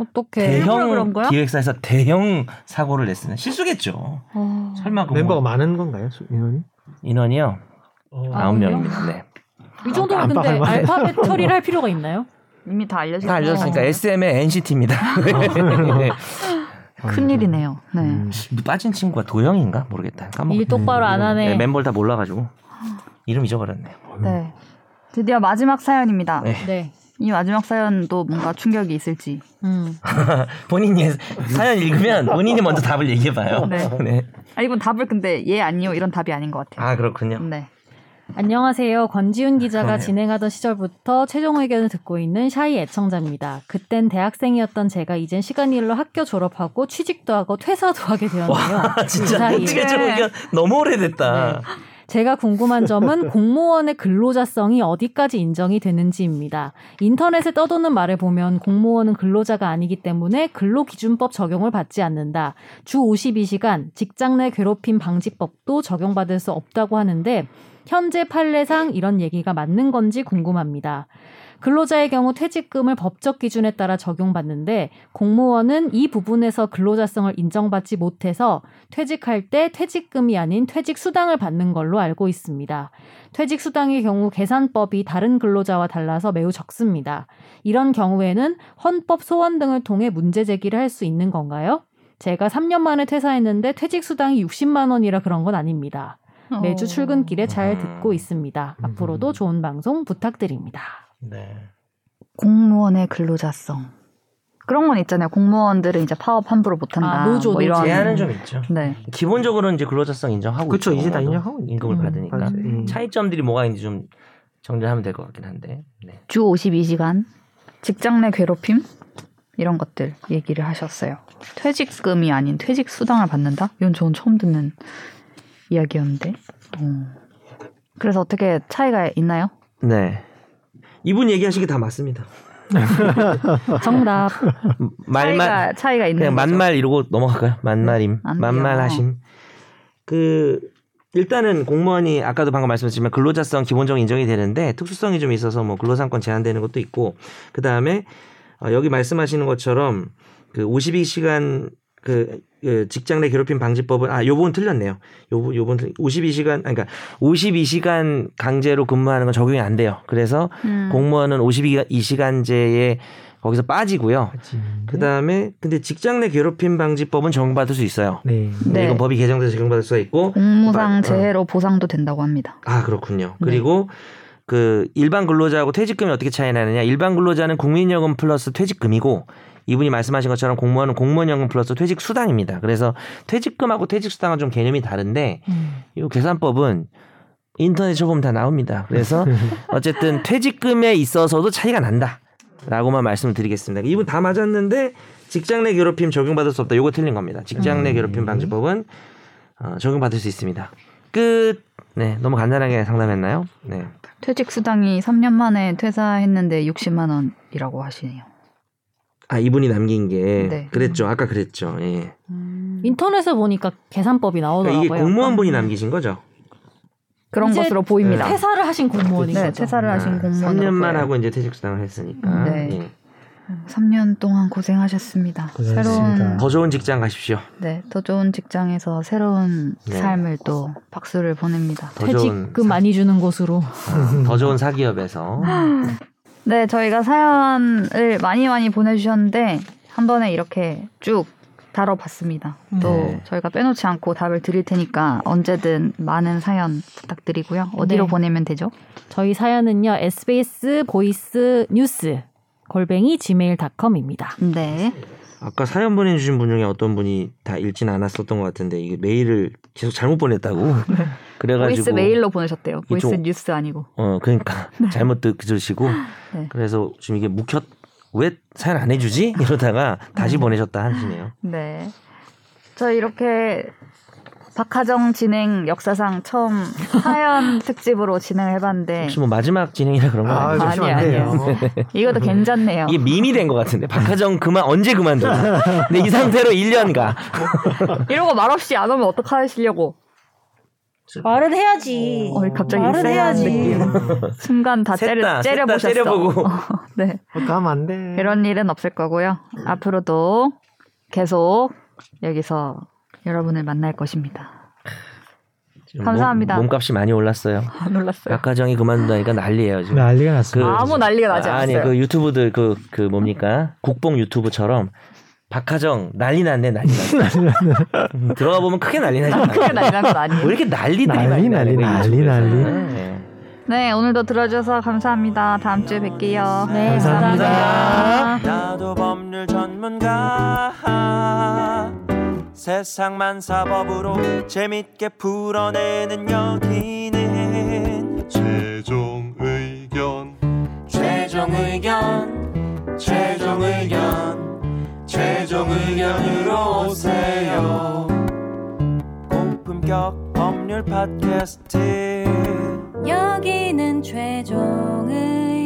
어떻게? 일부러 대형 그런 거야? 기획사에서 대형 사고를 냈으면 실수겠죠. 어. 설마 그 멤버가 뭐- 많은 건가요, 수- 인원이? 인원이요 어. 아, 아홉 그래요? 명입니다. 네. 이 정도면 안 근데 봐가지고. 알파벳 처리를 할 필요가 있나요? 이미 다 알려졌어요. 다 알려줬으니까 SM의 NCT입니다. 어. 네. 큰일이네요. 네. 음. 네. 뭐 빠진 친구가 도영인가 모르겠다. 까먹었. 일 똑바로 안 하네. 네, 멤버를 다 몰라가지고 이름 잊어버렸네요. 네. 드디어 마지막 사연입니다. 네. 네. 이 마지막 사연도 뭔가 충격이 있을지. 음. 본인이 예- 사연 읽으면 본인이 먼저 답을 얘기해봐요. 네. 네. 아 이분 답을 근데 예 아니요 이런 답이 아닌 것 같아요. 아 그렇군요. 네. 안녕하세요. 권지훈 기자가 네. 진행하던 시절부터 최종 의견을 듣고 있는 샤이 애청자입니다. 그땐 대학생이었던 제가 이젠 시간 일로 학교 졸업하고 취직도 하고 퇴사도 하게 되었네요. 아, 그 진짜 사이에. 최종 의견 너무 오래됐다. 제가 궁금한 점은 공무원의 근로자성이 어디까지 인정이 되는지입니다. 인터넷에 떠도는 말을 보면 공무원은 근로자가 아니기 때문에 근로기준법 적용을 받지 않는다. 주 52시간 직장 내 괴롭힘 방지법도 적용받을 수 없다고 하는데 현재 판례상 이런 얘기가 맞는 건지 궁금합니다. 근로자의 경우 퇴직금을 법적 기준에 따라 적용받는데 공무원은 이 부분에서 근로자성을 인정받지 못해서 퇴직할 때 퇴직금이 아닌 퇴직 수당을 받는 걸로 알고 있습니다. 퇴직 수당의 경우 계산법이 다른 근로자와 달라서 매우 적습니다. 이런 경우에는 헌법 소원 등을 통해 문제 제기를 할 수 있는 건가요? 제가 3년 만에 퇴사했는데 퇴직 수당이 60만 원이라 그런 건 아닙니다. 매주 어. 출근길에 잘 음. 듣고 있습니다. 앞으로도 좋은 방송 부탁드립니다. 네. 공무원의 근로자성 그런 건 있잖아요. 공무원들은 이제 파업 함부로 못한다. 아, 노조, 뭐 노조. 이런. 제한은 좀 있죠. 네. 기본적으로 이제 근로자성 인정하고 그쵸, 있죠. 이제 다 공무원도. 인정하고 있죠. 임금을 음, 받으니까 맞아요. 음. 그러니까. 차이점들이 뭐가 있는지 좀 정리하면 될 것 같긴 한데. 네. 주 52시간 직장 내 괴롭힘 이런 것들 얘기를 하셨어요. 퇴직금이 아닌 퇴직 수당을 받는다? 이건 저는 처음 듣는 이야기였는데. 어. 그래서 어떻게 차이가 있나요? 네. 이분 얘기하시기 다 맞습니다. 정답. 말만 차이가 차이가 있는 거죠. 음, 그냥 만말 이러고 넘어갈까요? 만말임, 안 돼요. 만말하심. 그 일단은 공무원이 아까도 방금 말씀드렸지만 근로자성 기본적으로 인정이 되는데 특수성이 좀 있어서 뭐 근로상권 제한되는 것도 있고 그 다음에 어, 여기 말씀하시는 것처럼 그 52시간 그, 그 직장 내 괴롭힘 방지법은 아, 요 부분 틀렸네요. 요, 부- 요 부분 틀- 52시간 아니, 그러니까 52시간 강제로 근무하는 건 적용이 안 돼요. 그래서 음. 공무원은 52시간제에 거기서 빠지고요. 그 다음에 근데 직장 내 괴롭힘 방지법은 적용받을 수 있어요. 네. 네. 이건 법이 개정돼서 적용받을 수가 있고 공무상 어. 재해로 보상도 된다고 합니다. 아 그렇군요. 네. 그리고 그 일반 근로자하고 퇴직금이 어떻게 차이 나느냐? 일반 근로자는 국민연금 플러스 퇴직금이고 이분이 말씀하신 것처럼 공무원은 공무원연금 플러스 퇴직 수당입니다. 그래서 퇴직금하고 퇴직 수당은 좀 개념이 다른데 이 계산법은 인터넷 쳐보면 다 나옵니다. 그래서 어쨌든 퇴직금에 있어서도 차이가 난다. 라고만 말씀을 드리겠습니다. 이분 다 맞았는데 직장 내 괴롭힘 적용받을 수 없다. 요거 틀린 겁니다. 직장 내 괴롭힘 방지법은 어, 적용받을 수 있습니다. 끝. 네, 너무 간단하게 상담했나요? 네. 퇴직 수당이 3년 만에 퇴사했는데 60만 원이라고 하시네요. 아 이분이 남긴 게 네. 그랬죠. 아까 그랬죠. 예. 인터넷에 보니까 계산법이 그러니까 나오더라고요. 이게 음. 공무원분이 남기신 거죠. 그런 이제 것으로 보입니다. 퇴사- 퇴사를 하신 공무원인 네, 거죠. 퇴사를 하신 공무원. 아, 3년만 하고 이제 퇴직수당을 했으니까 네. 예. 3년 동안 고생하셨습니다. 고생하셨습니다. 새로운 더 좋은 직장 가십시오. 네, 더 좋은 직장에서 새로운 네. 삶을 또 박수를 보냅니다. 더 좋은 퇴직금 많이 주는 곳으로. 사- 더 좋은 사기업에서 네, 저희가 사연을 많이 많이 보내주셨는데 한 번에 이렇게 쭉 다뤄봤습니다. 또 네. 저희가 빼놓지 않고 답을 드릴 테니까 언제든 많은 사연 부탁드리고요. 어디로 네. 보내면 되죠? 저희 사연은요. SBS 보이스 뉴스 골뱅이 gmail.com입니다. 네, 아까 사연 보내주신 분 중에 어떤 분이 다 읽진 않았었던 것 같은데 이게 메일을 계속 잘못 보냈다고 그래가지고 아, 네. 보이스 메일로 보내셨대요. 보이스 이쪽- 뉴스 아니고. 어 그러니까 잘못 듣으시고 네. 그래서 지금 이게 묵혔 왜 사연 안 해주지? 이러다가 다시 음. 보내셨다 한시네요. 네. 저 이렇게 박하정 진행 역사상 처음 사연 특집으로 진행을 해봤는데 혹시 뭐 마지막 진행이라 그런 거 아, 아니에요? 잠시만요. 네. 아니에요, 이것도 괜찮네요. 이게 밈이 된 것 같은데 박하정 그만 언제 그만두나 근데 이 상태로 1년 가 이러고 말없이 안 오면 어떡하시려고 말을 해야지. 어, 갑자기 말을 쎄한 해야지. 느낌. 순간 다 째려, 셋다 째려보셨어. 째려보고 네. 가면 안 돼. 이런 일은 없을 거고요. 앞으로도 계속 여기서 여러분을 만날 것입니다. 지금 감사합니다. 아, 몸, 값이 많이 올랐어요 안 올랐어요. 박하정이 그만둔다니까 난리예요 지금 난리가 그- 났습니다. 아무 난리가 나지 아니 않았어요. 그 유튜브들 그 그 뭡니까 국뽕 유튜브처럼 박하정 난리 났네 난리 났네 음, 들어가 보면 크게 난리 나지 않아요 크게 난리 난건 왜 아니에요. 이렇게 난리들이 난리, 많이 난리, 나는 거예요, 난리, 유튜브에서는. 난리. 네. 네, 오늘도 들어주셔서 감사합니다. 다음 주에 뵐게요. 네, 감사합니다. 감사합니다. 나도 법률 전문가 세상만 사법으로 재밌게 풀어내는 여기는 최종 의견 최종 의견 최종 의견 최종 의견으로 오세요 고품격 법률 팟캐스트 여기는 최종 의견.